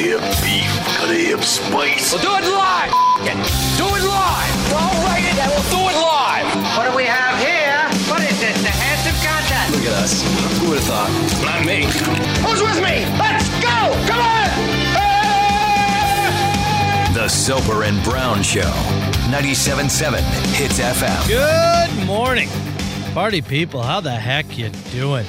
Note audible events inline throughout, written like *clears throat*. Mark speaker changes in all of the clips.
Speaker 1: Hip beef, gotta hip spice.
Speaker 2: We'll do it live. F- it. Do it live. I'll write it and we'll do it live.
Speaker 3: What do we have here? What is this? The hands of content.
Speaker 2: Look at us. Who would have thought? Not me. Who's with me? Let's go. Come on.
Speaker 4: The Soper and Brown Show, 97.7 Hits FM.
Speaker 5: Good morning, party people. How the heck you doing?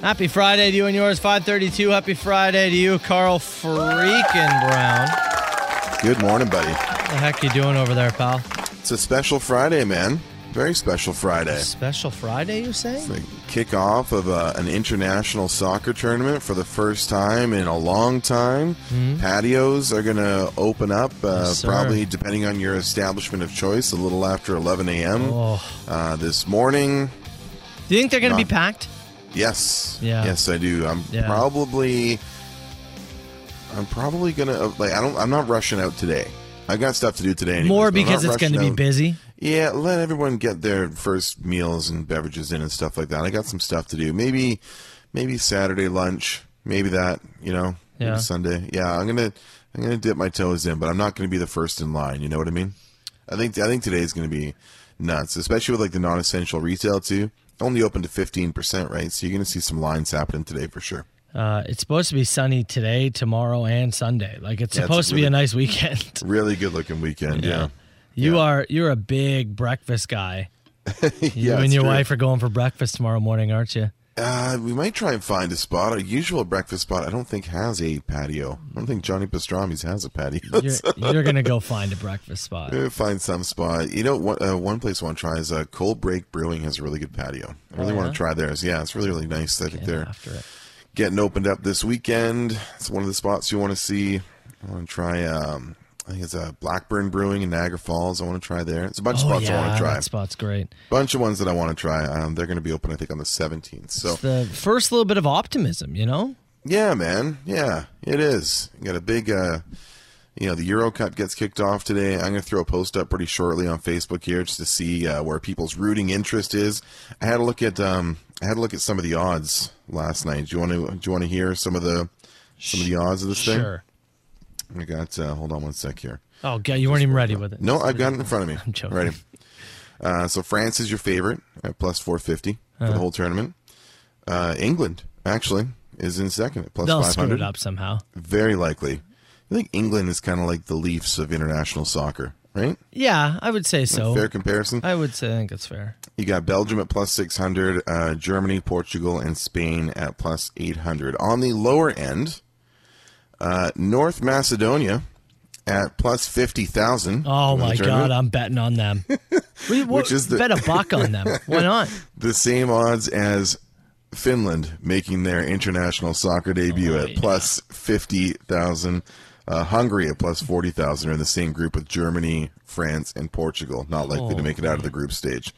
Speaker 5: Happy Friday to you and yours. 532. Happy Friday to you, Carl freaking Brown. How
Speaker 6: Good morning, buddy.
Speaker 5: the heck you doing over there, pal?
Speaker 6: It's a special Friday, man. Very special Friday.
Speaker 5: Special Friday, you say?
Speaker 6: The kickoff of uh, an international soccer tournament for the first time in a long time. Patios are going to open up, uh,
Speaker 5: Mm-hmm. Yes, sir.
Speaker 6: probably depending on your establishment of choice, a little after 11 a.m.
Speaker 5: Oh.
Speaker 6: Uh, this morning.
Speaker 5: Do you think they're going to be
Speaker 6: No.
Speaker 5: packed?
Speaker 6: Yes.
Speaker 5: Yeah.
Speaker 6: Yes, I do. I'm
Speaker 5: Yeah.
Speaker 6: probably. I'm probably gonna like. I don't. I'm not rushing out today. I've got stuff to do today. anyways,
Speaker 5: More
Speaker 6: but I'm
Speaker 5: because
Speaker 6: not
Speaker 5: it's going to
Speaker 6: rushing
Speaker 5: be
Speaker 6: out.
Speaker 5: busy.
Speaker 6: Yeah, let everyone get their first meals and beverages in and stuff like that. I got some stuff to do. Maybe, maybe Saturday lunch. Maybe that. You know, maybe
Speaker 5: Yeah.
Speaker 6: Sunday. Yeah, I'm gonna, I'm gonna dip my toes in, but I'm not gonna be the first in line. You know what I mean? I think, I think today's gonna be nuts, especially with like the non-essential retail too. Only open to 15%, right? So you're gonna see some lines happening today for sure.
Speaker 5: Uh, it's supposed to be sunny today, tomorrow, and Sunday. Like it's
Speaker 6: Yeah, it's
Speaker 5: supposed to be a
Speaker 6: really-
Speaker 5: nice weekend. *laughs*
Speaker 6: Really good looking weekend. Yeah.
Speaker 5: You
Speaker 6: Yeah.
Speaker 5: are you're a big breakfast guy.
Speaker 6: Yeah.
Speaker 5: you and
Speaker 6: it's
Speaker 5: your
Speaker 6: true.
Speaker 5: wife are going for breakfast tomorrow morning, aren't you?
Speaker 6: Uh, we might try and find a spot. Our usual breakfast spot, I don't think has a patio. I don't think Johnny Pastrami's has a patio.
Speaker 5: You're, you're gonna go find a breakfast
Speaker 6: *laughs*
Speaker 5: spot.
Speaker 6: Maybe find some spot. You know, one, uh, one place I want to try is uh, Cold Break Brewing has a really good patio. I
Speaker 5: Oh,
Speaker 6: really want to try theirs. Yeah, it's really really nice. I think they're
Speaker 5: After it,
Speaker 6: getting opened up this weekend. It's one of the spots you want to see. I want to try. Um, I think it's uh, Blackburn Brewing in Niagara Falls. I want to try there. It's a bunch of
Speaker 5: oh
Speaker 6: spots I
Speaker 5: yeah,
Speaker 6: want to try.
Speaker 5: that spot's great.
Speaker 6: bunch of ones that I want to try. Um, they're going to be open, I think, on the seventeenth. So
Speaker 5: It's the first little bit of optimism, you know.
Speaker 6: Yeah, man. Yeah, it is. You got a big, uh, you know, the Euro Cup gets kicked off today. I'm going to throw a post up pretty shortly on Facebook here just to see uh, where people's rooting interest is. I had a look at, um, I had a look at some of the odds last night. Do you want to, do you want to hear some of the, some of the odds of this
Speaker 5: Sure.
Speaker 6: thing? I got. Uh, hold on one sec here.
Speaker 5: Oh god, you weren't even ready with it.
Speaker 6: No, I've got it in front of me.
Speaker 5: *laughs* I'm joking.
Speaker 6: Ready. Uh, so France is your favorite at plus 450 for
Speaker 5: Uh-huh.
Speaker 6: the whole tournament. Uh, England actually is in second at plus
Speaker 5: They'll screw
Speaker 6: 500.
Speaker 5: it up somehow.
Speaker 6: Very likely. I think England is kind of like the Leafs of international soccer, right?
Speaker 5: Yeah, I would say so.
Speaker 6: Fair comparison.
Speaker 5: I would say I think it's fair.
Speaker 6: You got Belgium at plus 600, uh, Germany, Portugal, and Spain at plus 800. On the lower end, uh, North Macedonia at plus 50,000.
Speaker 5: Oh
Speaker 6: for the
Speaker 5: my god,
Speaker 6: tournament.
Speaker 5: I'm betting
Speaker 6: *laughs*
Speaker 5: on them. we,
Speaker 6: Which is the-
Speaker 5: bet a buck on
Speaker 6: *laughs*
Speaker 5: them. Why not?
Speaker 6: The same odds as Finland making their international soccer debut at plus 50,000. Uh, Hungary at plus 40,000 are in the same group with Germany, France, and Portugal. Not likely to make it out of the group stage.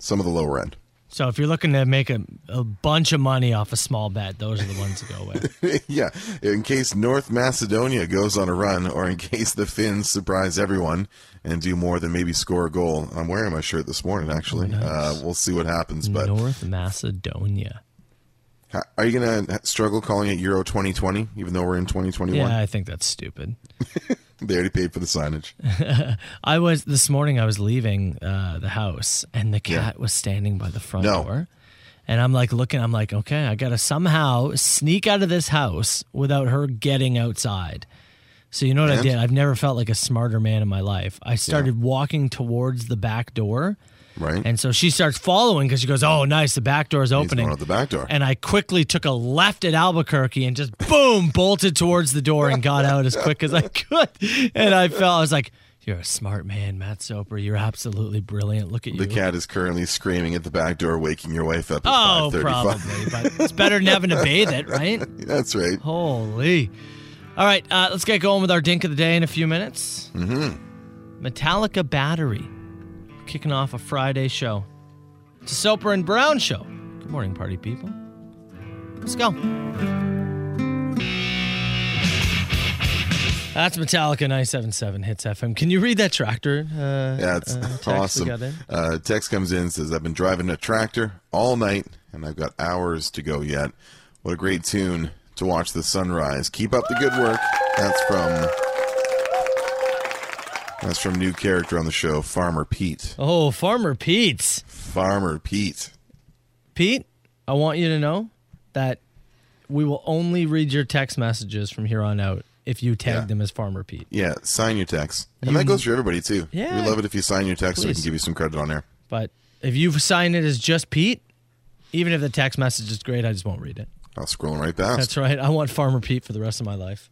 Speaker 6: Some of the lower end. *laughs*
Speaker 5: So if you're looking to make a, a bunch of money off a small bet, those are the ones to go with.
Speaker 6: yeah, in case North Macedonia goes on a run, or in case the Finns surprise everyone and do more than maybe score a goal. I'm wearing my shirt this morning, actually. uh, we'll see what happens. *laughs* But
Speaker 5: North Macedonia.
Speaker 6: ha- are you going to struggle calling it Euro 2020, even though we're in 2021?
Speaker 5: Yeah, I think that's stupid.
Speaker 6: They already paid for the signage.
Speaker 5: I was this morning. I was leaving uh, the house, and the cat was standing by the front
Speaker 6: No.
Speaker 5: door. And I'm like looking. I'm like, okay, I gotta somehow sneak out of this house without her getting outside. So you know what I
Speaker 6: And?
Speaker 5: did? I've never felt like a smarter man in my life. I started walking towards the back door,
Speaker 6: Right.
Speaker 5: and so she starts following because she goes, "Oh, nice, the back door's
Speaker 6: He's
Speaker 5: opening."
Speaker 6: going out the back door.
Speaker 5: and I quickly took a left at Albuquerque and just boom bolted towards the door and got out as quick as I could. And I felt I was like, "You're a smart man, Matt Soper. You're absolutely brilliant. Look at you."
Speaker 6: the cat is currently screaming at the back door, waking your wife up at
Speaker 5: oh,
Speaker 6: 5:35.
Speaker 5: probably, but it's better than having to bathe it, right?
Speaker 6: *laughs* That's right.
Speaker 5: Holy! All right, uh, let's get going with our dink of the day in a few minutes. Mm-hmm. Metallica Battery, kicking off a Friday show. It's a Soper and Brown show. Good morning, party people. Let's go. That's Metallica 977 Hits FM. Can you read that tractor? Uh,
Speaker 6: Yeah, it's
Speaker 5: uh, text we
Speaker 6: awesome.
Speaker 5: got in?
Speaker 6: Uh, text comes in says, "I've been driving a tractor all night, and I've got hours to go yet. What a great tune! to watch the sunrise. Keep up the good work. That's from that's from new character on the show, Farmer Pete.
Speaker 5: Oh, Farmer Pete.
Speaker 6: Farmer Pete.
Speaker 5: Pete, I want you to know that we will only read your text messages from here on out if you tag
Speaker 6: Yeah.
Speaker 5: them as Farmer Pete.
Speaker 6: Yeah, sign your text, and that goes for everybody too. we
Speaker 5: Yeah.
Speaker 6: love it if you sign your text, so we can
Speaker 5: Please.
Speaker 6: give you some credit on air.
Speaker 5: But if you sign it as just Pete, even if the text message is great, I just won't read it.
Speaker 6: I'll scroll right past.
Speaker 5: That's right. I want Farmer Pete for the rest of my
Speaker 6: *laughs*
Speaker 5: life.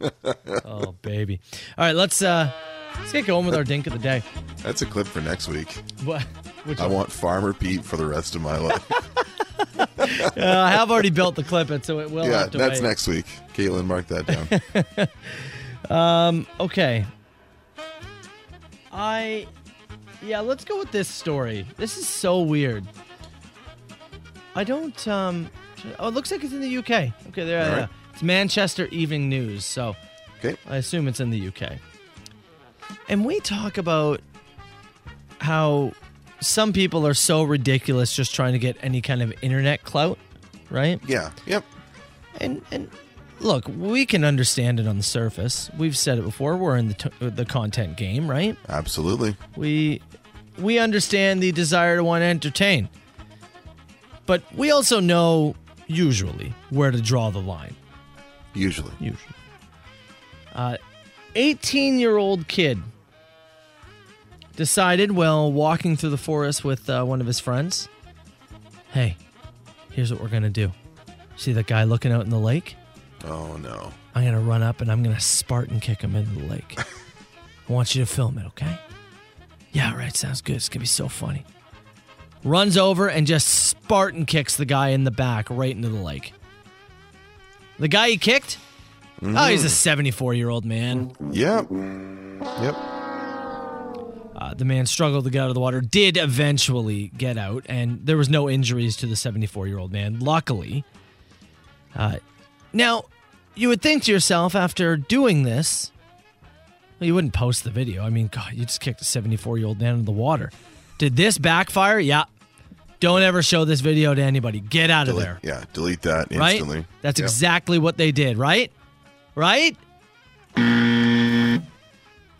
Speaker 5: oh, baby. All right, let's uh let's get going with our dink of the day.
Speaker 6: That's a clip for next week.
Speaker 5: What? Which
Speaker 6: I
Speaker 5: one?
Speaker 6: want Farmer Pete for the rest of my
Speaker 5: *laughs*
Speaker 6: life.
Speaker 5: Uh, I have already built the clip, and so it will
Speaker 6: yeah,
Speaker 5: have to
Speaker 6: that's
Speaker 5: wait.
Speaker 6: next week. Caitlin, mark that down.
Speaker 5: *laughs* Okay. I Yeah, let's go with this story. This is so weird. I don't um Oh, it looks like it's in the UK. Okay, there
Speaker 6: All
Speaker 5: yeah.
Speaker 6: right.
Speaker 5: It's Manchester Evening News, so
Speaker 6: Okay.
Speaker 5: I assume it's in the UK. And we talk about how some people are so ridiculous just trying to get any kind of internet clout, right?
Speaker 6: Yeah. Yep.
Speaker 5: And and look, we can understand it on the surface. We've said it before. We're in the t- the content game, right?
Speaker 6: Absolutely.
Speaker 5: We we understand the desire to want to entertain. But we also know usually where to draw the line.
Speaker 6: Usually.
Speaker 5: Usually. 18 year old kid decided while walking through the forest with uh, one of his friends hey, here's what we're going to do. See that guy looking out in the lake?
Speaker 6: Oh no.
Speaker 5: I'm going to run up and I'm going to Spartan kick him into the lake. I want you to film it, okay? Yeah, all right, sounds good. It's going to be so funny. Runs over and just Spartan kicks the guy in the back right into the lake. The guy he kicked? Oh, he's a 74 year old man.
Speaker 6: Yep. Yep.
Speaker 5: Uh, the man struggled to get out of the water, did eventually get out, and there was no injuries to the 74 year old man, luckily. Uh, now, you would think to yourself after doing this, well, you wouldn't post the video. I mean, God, you just kicked a 74 year old man into the water. Did this backfire? Yeah. Don't ever show this video to anybody. Get out of
Speaker 6: Delete-
Speaker 5: there.
Speaker 6: Yeah. Delete that
Speaker 5: Right?
Speaker 6: instantly.
Speaker 5: That's
Speaker 6: Yep.
Speaker 5: exactly what they did, right? Right?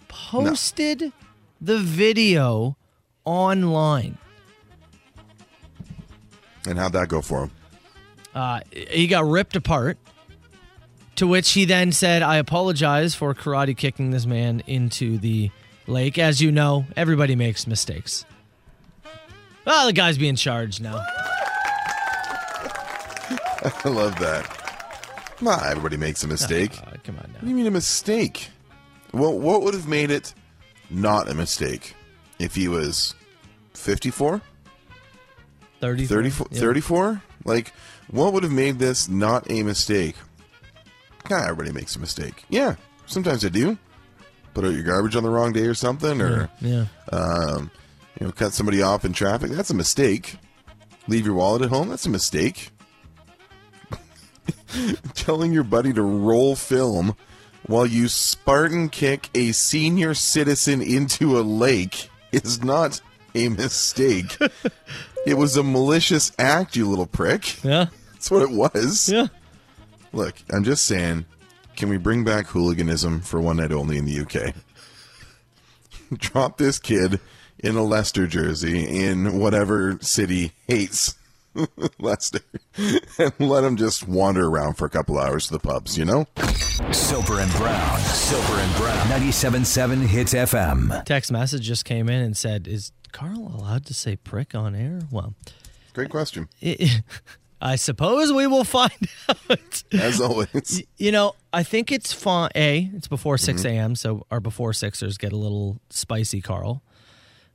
Speaker 5: Posted the video online.
Speaker 6: And how'd that go for him?
Speaker 5: Uh, he got ripped apart, to which he then said, I apologize for karate kicking this man into the lake. As you know, everybody makes mistakes. Well, the guy's being charged now.
Speaker 6: I love that. Not everybody makes a mistake.
Speaker 5: Uh, come on
Speaker 6: What do
Speaker 5: now.
Speaker 6: you mean a mistake? Well, what would have made it not a mistake if he was 54,
Speaker 5: 30,
Speaker 6: 34, 34? Like, what would have made this not a mistake? Not everybody makes a mistake. Yeah, sometimes I do. Put out your garbage on the wrong day or something, or
Speaker 5: Yeah.
Speaker 6: um, you know, cut somebody off in traffic. That's a mistake. Leave your wallet at home. That's a mistake. *laughs* Telling your buddy to roll film while you Spartan kick a senior citizen into a lake is not a mistake. it was a malicious act, you little prick.
Speaker 5: Yeah.
Speaker 6: That's what it was.
Speaker 5: Yeah.
Speaker 6: Look, I'm just saying, can we bring back hooliganism for one night only in the UK? *laughs* Drop this kid in a Leicester jersey in whatever city hates *laughs* Leicester and let him just wander around for a couple hours to the pubs, you know?
Speaker 4: Soper and Brown. Soper and Brown. 97.7 Hits FM.
Speaker 5: text message just came in and said, "Is Carl allowed to say prick on air?" Well,
Speaker 6: Great question.
Speaker 5: it, *laughs* I suppose we will find *laughs* out.
Speaker 6: As always.
Speaker 5: You know, I think it's fine. A, it's before 6
Speaker 6: Mm-hmm.
Speaker 5: a.m., so our before sixers get a little spicy, Carl.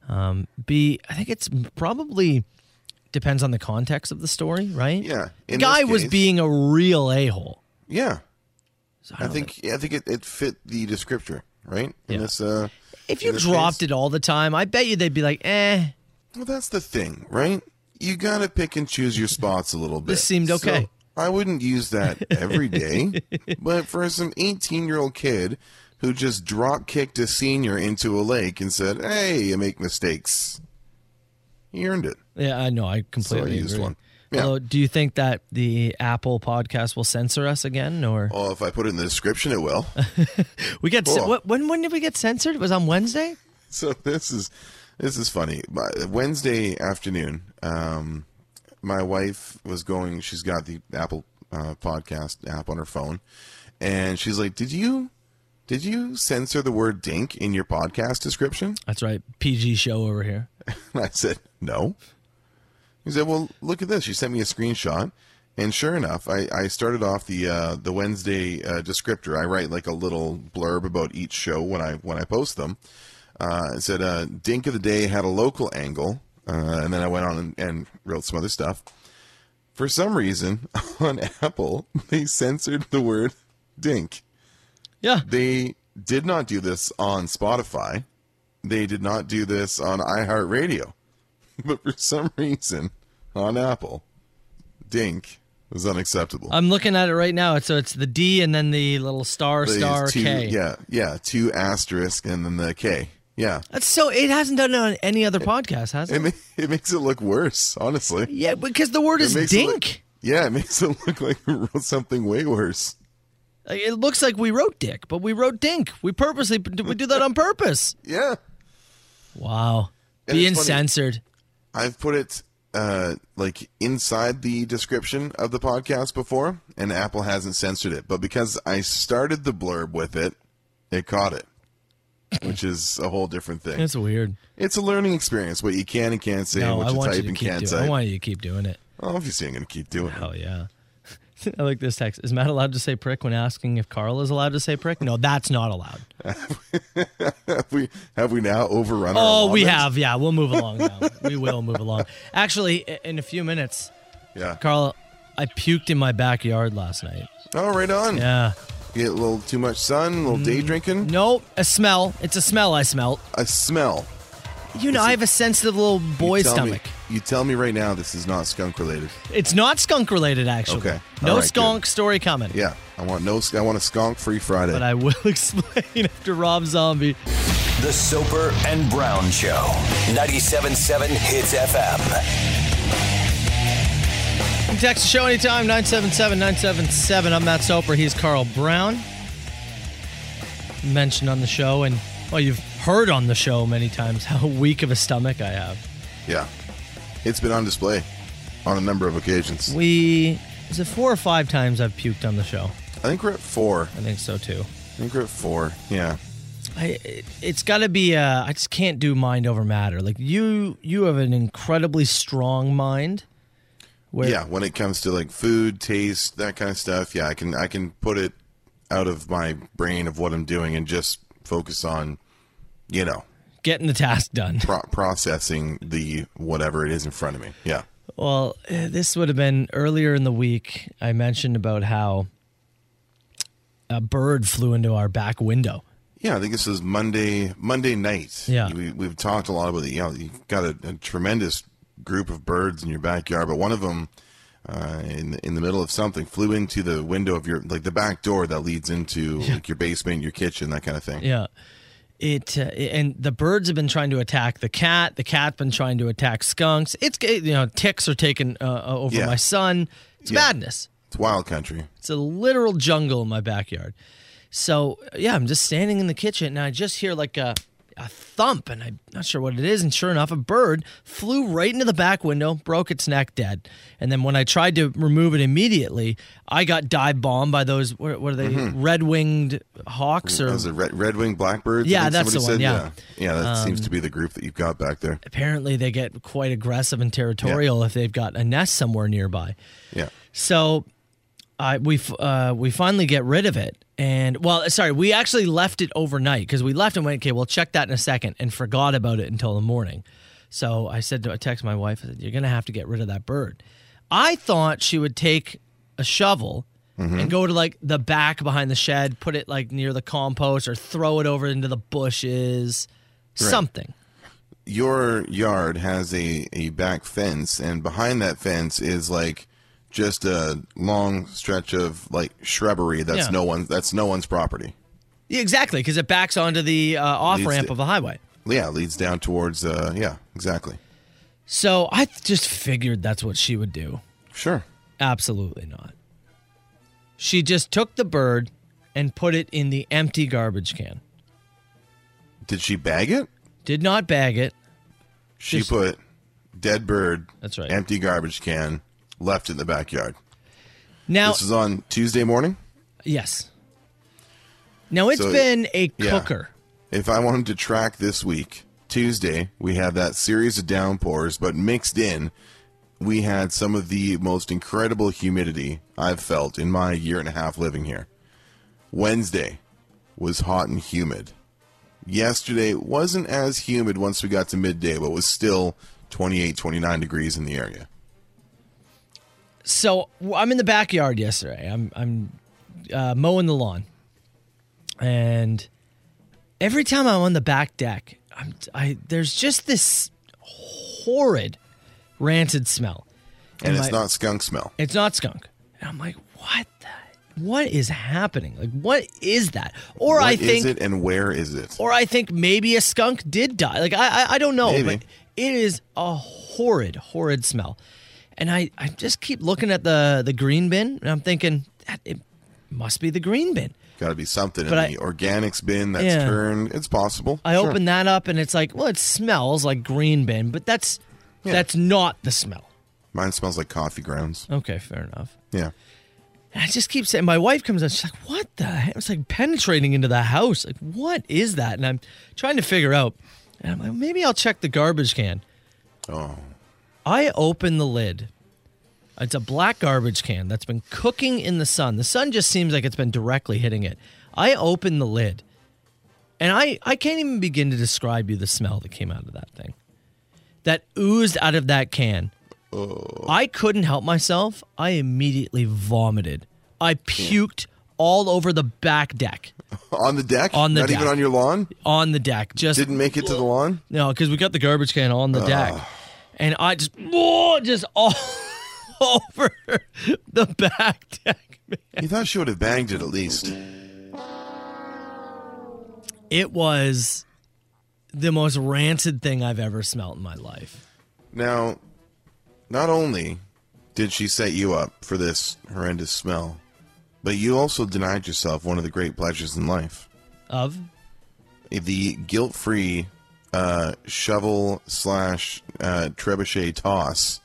Speaker 5: Um, B, I think it's probably depends on the context of the story, right?
Speaker 6: Yeah,
Speaker 5: The
Speaker 6: in
Speaker 5: guy
Speaker 6: this
Speaker 5: was
Speaker 6: case-
Speaker 5: being a real a hole.
Speaker 6: Yeah.
Speaker 5: So
Speaker 6: I
Speaker 5: don't
Speaker 6: think I think it, it fit the descriptor, right? In
Speaker 5: Yeah.
Speaker 6: this uh
Speaker 5: if
Speaker 6: in
Speaker 5: you
Speaker 6: this
Speaker 5: dropped
Speaker 6: case-
Speaker 5: it all the time, I bet you they'd be like, eh,
Speaker 6: Well, that's the thing, right? You gotta pick and choose your spots a little bit.
Speaker 5: This seemed
Speaker 6: So,
Speaker 5: okay.
Speaker 6: I wouldn't use that every
Speaker 5: *laughs*
Speaker 6: day, but for some 18-year-old kid who just drop kicked a senior into a lake and said, "Hey, you make mistakes," he earned it.
Speaker 5: Yeah, I know. I
Speaker 6: So I
Speaker 5: completely
Speaker 6: used
Speaker 5: agree.
Speaker 6: one. Yeah.
Speaker 5: Although, do you think that the Apple podcast will censor us again, or
Speaker 6: Well, if I put it in the description, it will. Oh,
Speaker 5: we get
Speaker 6: cool.
Speaker 5: what, when? When did we get censored? It was on Wednesday.
Speaker 6: *laughs* so this is this is funny. But Wednesday afternoon, um, my wife was going. She's got the Apple uh, podcast app on her phone, and she's like, "Did you did you censor the word dink in your podcast description?"
Speaker 5: That's right, PG show over here.
Speaker 6: And *laughs* I said, no. He said, well, look at this. She sent me a screenshot. And sure enough, I, I started off the uh, the Wednesday uh, descriptor. I write like a little blurb about each show when I when I post them. Uh, it said uh, Dink of the Day had a local angle, uh, and then I went on and, and wrote some other stuff. For some reason, *laughs* on Apple, they censored the word Dink.
Speaker 5: Yeah,
Speaker 6: They did not do this on Spotify. They did not do this on iHeartRadio. *laughs* But for some reason, on Apple, dink was unacceptable.
Speaker 5: I'm looking at it right now. So it's the D and then the little star
Speaker 6: These
Speaker 5: star
Speaker 6: two,
Speaker 5: K.
Speaker 6: Yeah, yeah, two asterisk and then the K. Yeah.
Speaker 5: That's so it hasn't done it on any other podcast, has
Speaker 6: It,
Speaker 5: it?
Speaker 6: ma- *laughs* it makes it look worse, honestly.
Speaker 5: Yeah, because the word
Speaker 6: It
Speaker 5: is
Speaker 6: makes it look-
Speaker 5: dink.
Speaker 6: yeah, it *laughs* makes it look like we wrote something way worse.
Speaker 5: Like, It looks like we wrote dick, but we wrote dink. We purposely we do that on purpose.
Speaker 6: Yeah.
Speaker 5: Wow.
Speaker 6: And
Speaker 5: Being
Speaker 6: it's funny.
Speaker 5: censored.
Speaker 6: I've put it uh, like inside the description of the podcast before, and Apple hasn't censored it. But because I started the blurb with it, it caught it, which is a whole different thing.
Speaker 5: It's weird.
Speaker 6: It's a learning experience what you can and can't say,
Speaker 5: No,
Speaker 6: what
Speaker 5: I
Speaker 6: you
Speaker 5: want you
Speaker 6: type
Speaker 5: to
Speaker 6: and
Speaker 5: keep
Speaker 6: can't
Speaker 5: doing. I
Speaker 6: type.
Speaker 5: want you to keep doing it.
Speaker 6: Obviously, I'm going to keep doing it.
Speaker 5: Oh yeah. *laughs* I like this text. Is Matt allowed to say prick when asking if Carl is allowed to say prick? No, that's
Speaker 6: *laughs*
Speaker 5: not allowed.
Speaker 6: Have we have we now overrun?
Speaker 5: Oh,
Speaker 6: our
Speaker 5: we
Speaker 6: allotment?
Speaker 5: have. Yeah, we'll move along now. we will move along. Actually, i- in a few minutes,
Speaker 6: Yeah.
Speaker 5: Carl, I puked in my backyard last night.
Speaker 6: Oh, right on.
Speaker 5: Yeah. Mm,
Speaker 6: Get a little too much sun, a little day drinking.
Speaker 5: No, a smell. It's a smell I smelt.
Speaker 6: A smell.
Speaker 5: You know, I have a sensitive little
Speaker 6: You
Speaker 5: boy's
Speaker 6: tell me-
Speaker 5: stomach.
Speaker 6: you tell me right now this is not skunk related.
Speaker 5: It's not skunk related, actually.
Speaker 6: Okay.
Speaker 5: No
Speaker 6: All right,
Speaker 5: skunk story coming.
Speaker 6: Yeah, I want no. I want a skunk free Friday.
Speaker 5: But I will *laughs* explain after Rob Zombie.
Speaker 4: The Soper and Brown Show. 97.7 Hits FM.
Speaker 5: You can text the show anytime, 977 977. I'm Matt Soper. He's Carl Brown. Mentioned on the show, and well, you've heard on the show many times how *laughs* weak of a stomach I have.
Speaker 6: yeah, it's been on display on a number of occasions.
Speaker 5: We, is it four or five times I've puked on the show?
Speaker 6: I think we're at four.
Speaker 5: I think so too.
Speaker 6: I think we're at four. Yeah,
Speaker 5: I, it, it's got to be. Uh, I just can't do mind over matter. Like you, you have an incredibly strong mind. Where
Speaker 6: yeah. When it comes to like food, taste, that kind of stuff, yeah, I can I can put it out of my brain of what I'm doing and just focus on, you know,
Speaker 5: getting the task done.
Speaker 6: pro- processing the whatever it is in front of me. Yeah,
Speaker 5: Well, eh, this would have been earlier in the week. I mentioned about how a bird flew into our back window.
Speaker 6: yeah. I think this is Monday Monday night.
Speaker 5: Yeah.
Speaker 6: we, we've talked a lot about it. You know, you've got a, a tremendous group of birds in your backyard, but one of them. uh, in in the middle of something flew into the window of your like the back door that leads into like your basement, your kitchen, that kind of thing.
Speaker 5: Yeah. It uh, and the birds have been trying to attack the cat. The cat's been trying to attack skunks. It's eh, you know ticks are taking uh, uh, over
Speaker 6: Yeah.
Speaker 5: my son. It's
Speaker 6: Yeah.
Speaker 5: madness.
Speaker 6: It's wild country.
Speaker 5: It's a literal jungle in my backyard. So yeah, I'm just standing in the kitchen and I just hear like a a thump and I'm not sure what it is. And sure enough, a bird flew right into the back window, broke its neck dead. And then when I tried to remove it immediately, I got dive bombed by those what, what are they? Red winged hawks or
Speaker 6: Those are red red winged blackbirds. I
Speaker 5: Yeah,
Speaker 6: think
Speaker 5: that's
Speaker 6: somebody
Speaker 5: the one, yeah. Um,
Speaker 6: yeah, Yeah, that seems to be the group that you've got back there.
Speaker 5: apparently they get quite aggressive and territorial if they've got a nest somewhere nearby.
Speaker 6: Yeah,
Speaker 5: So I we f- uh, we finally get rid of it, and well, sorry, we actually left it overnight because we left and went, okay, we'll check that in a second, and forgot about it until the morning. So I said to I text my wife, I said, "You're gonna have to get rid of that bird." I thought she would take a shovel. And go to like the back behind the shed, put it like near the compost, or throw it over into the bushes, something.
Speaker 6: your yard has a a back fence, and behind that fence is like just a long stretch of like shrubbery that's
Speaker 5: Yeah.
Speaker 6: no one that's no one's property.
Speaker 5: Yeah, exactly, because it backs onto the uh, off
Speaker 6: Leads
Speaker 5: ramp
Speaker 6: to-
Speaker 5: of the highway.
Speaker 6: Yeah, leads down towards uh yeah exactly.
Speaker 5: So I th- just figured that's what she would do.
Speaker 6: Sure.
Speaker 5: Absolutely not. She just took the bird and put it in the empty garbage can.
Speaker 6: Did she bag it?
Speaker 5: Did not bag it.
Speaker 6: She
Speaker 5: Just-
Speaker 6: put dead bird,
Speaker 5: That's right.
Speaker 6: empty garbage can, left in the backyard.
Speaker 5: Now,
Speaker 6: This is on Tuesday morning.
Speaker 5: yes. Now it's
Speaker 6: So-
Speaker 5: been a
Speaker 6: yeah.
Speaker 5: cooker.
Speaker 6: If I wanted to track this week, Tuesday, we had that series of downpours, but mixed in, we had some of the most incredible humidity I've felt in my year and a half living here. Wednesday was hot and humid. Yesterday wasn't as humid once we got to midday, but was still 28, 29 degrees in the area.
Speaker 5: so w- I'm in the backyard yesterday. I'm I'm uh, mowing the lawn, and every time I'm on the back deck, I'm I there's just this horrid rancid smell.
Speaker 6: And it's
Speaker 5: my-
Speaker 6: not skunk smell.
Speaker 5: It's not skunk, and I'm like, what the what is happening? Like, what is that? Or I
Speaker 6: What is
Speaker 5: think
Speaker 6: it and where is it?
Speaker 5: or I think maybe a skunk did die. Like I, I, I don't know,
Speaker 6: Maybe.
Speaker 5: but it is a horrid, horrid smell. And I, I just keep looking at the the green bin, and I'm thinking that it must be the green bin.
Speaker 6: Got to be something in
Speaker 5: But I-
Speaker 6: the organics bin that's
Speaker 5: Yeah.
Speaker 6: turned. It's possible.
Speaker 5: I
Speaker 6: Sure.
Speaker 5: open that up, and it's like, well, it smells like green bin, but that's
Speaker 6: Yeah.
Speaker 5: that's not the smell.
Speaker 6: Mine smells like coffee grounds.
Speaker 5: Okay, fair enough.
Speaker 6: Yeah.
Speaker 5: And I just keep saying, my wife comes up, she's like, what the heck? It's like penetrating into the house. Like, what is that? And I'm trying to figure out. And I'm like, maybe I'll check the garbage can.
Speaker 6: Oh.
Speaker 5: I open the lid. It's a black garbage can that's been cooking in the sun. The sun just seems like it's been directly hitting it. I open the lid and I, I can't even begin to describe you the smell that came out of that thing that oozed out of that can. I couldn't help myself. I immediately vomited. I puked all over the back deck
Speaker 6: On the deck?
Speaker 5: On the
Speaker 6: Not even
Speaker 5: deck.
Speaker 6: on your lawn?
Speaker 5: on the deck. Just
Speaker 6: Didn't make it to the lawn?
Speaker 5: No, because we got the garbage can on the deck, and I just, oh, just all *laughs* over the back deck. man.
Speaker 6: You thought she would have banged it at least.
Speaker 5: It was the most rancid thing I've ever smelt in my life.
Speaker 6: Now, not only did she set you up for this horrendous smell, but you also denied yourself one of the great pleasures in life
Speaker 5: Of
Speaker 6: the guilt free uh, shovel slash uh, trebuchet toss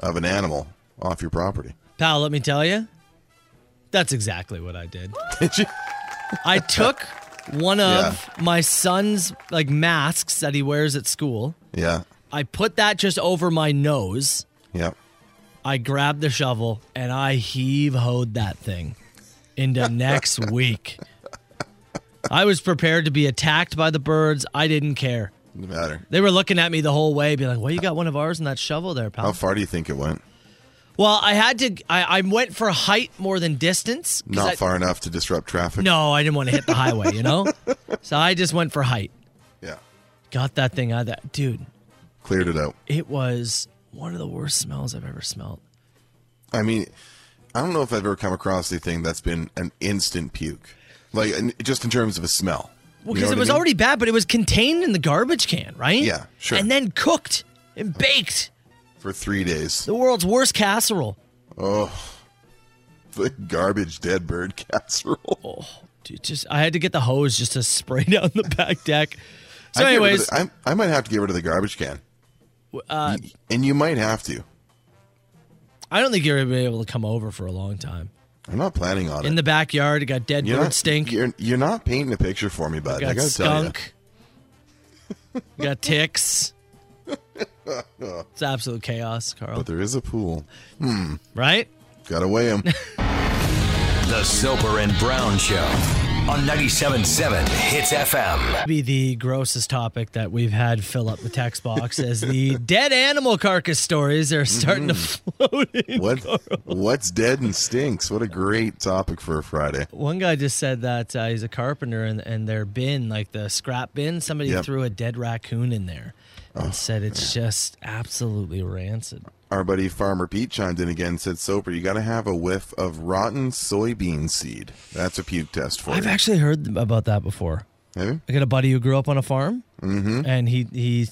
Speaker 6: of an animal off your property. *laughs*
Speaker 5: pal, let me tell you, that's exactly what I did.
Speaker 6: Did you? *laughs*
Speaker 5: I took one of my son's like masks that he wears at school.
Speaker 6: Yeah.
Speaker 5: I put that just over my nose.
Speaker 6: Yeah.
Speaker 5: I grabbed the shovel and I heave hoed that thing
Speaker 6: *laughs*
Speaker 5: into next week. I was prepared to be attacked by the birds. I didn't care.
Speaker 6: No matter.
Speaker 5: They were looking at me the whole way, be like, "Well, you got one of ours in that shovel there,
Speaker 6: How
Speaker 5: pal."
Speaker 6: far do you think it went?
Speaker 5: Well, I had to. I, I went for height more than distance. 'cause
Speaker 6: Not
Speaker 5: I-
Speaker 6: far enough to disrupt traffic.
Speaker 5: No, I didn't want to hit the highway,
Speaker 6: *laughs*
Speaker 5: you know. so I just went for height.
Speaker 6: Yeah.
Speaker 5: Got that thing out of that dude.
Speaker 6: Cleared it out.
Speaker 5: It was one of the worst smells I've ever smelled.
Speaker 6: I mean, I don't know if I've ever come across anything that's been an instant puke, like in- just in terms of a smell.
Speaker 5: Well,
Speaker 6: You
Speaker 5: because
Speaker 6: know what
Speaker 5: it
Speaker 6: I
Speaker 5: was
Speaker 6: mean?
Speaker 5: already bad, but it was contained in the garbage can, right?
Speaker 6: Yeah, sure.
Speaker 5: And then cooked and baked.
Speaker 6: for three
Speaker 5: *laughs*
Speaker 6: days.
Speaker 5: The world's worst casserole.
Speaker 6: The garbage dead bird *laughs* casserole.
Speaker 5: Dude, just I had to get the hose just to spray *laughs* down the back deck.
Speaker 6: I
Speaker 5: So,
Speaker 6: get rid of
Speaker 5: anyways, uh,
Speaker 6: the- I, I might have to get rid of the garbage can. Y- and you might have to.
Speaker 5: I don't think you're gonna be able to come over for a long time.
Speaker 6: I'm not planning on
Speaker 5: In
Speaker 6: it.
Speaker 5: the backyard, it got dead
Speaker 6: you're
Speaker 5: bird
Speaker 6: not,
Speaker 5: stink.
Speaker 6: You're, you're not painting a picture for me, bud. I
Speaker 5: got
Speaker 6: gotta
Speaker 5: skunk.
Speaker 6: *laughs*
Speaker 5: got ticks. it's absolute chaos, Carl.
Speaker 6: tell you. But there is a pool.
Speaker 5: right?
Speaker 6: Gotta weigh
Speaker 5: *laughs*
Speaker 6: him.
Speaker 4: The Soper and Brown Show on 97.7 Hits FM.
Speaker 5: Be the grossest topic that we've had fill up the text box as the dead animal carcass stories are starting to float in.
Speaker 6: what? What's dead and stinks? What a great topic for a Friday.
Speaker 5: One guy just said that uh, he's a carpenter and, and their bin, like the scrap bin, somebody
Speaker 6: Yep.
Speaker 5: threw a dead raccoon in there and said it's just absolutely rancid.
Speaker 6: Our buddy Farmer Pete chimed in again and said, Soper, you got to have a whiff of rotten soybean seed. That's a puke test for
Speaker 5: I've
Speaker 6: you.
Speaker 5: actually heard about that before.
Speaker 6: Have you?
Speaker 5: I got a buddy who grew up on a farm, and he he,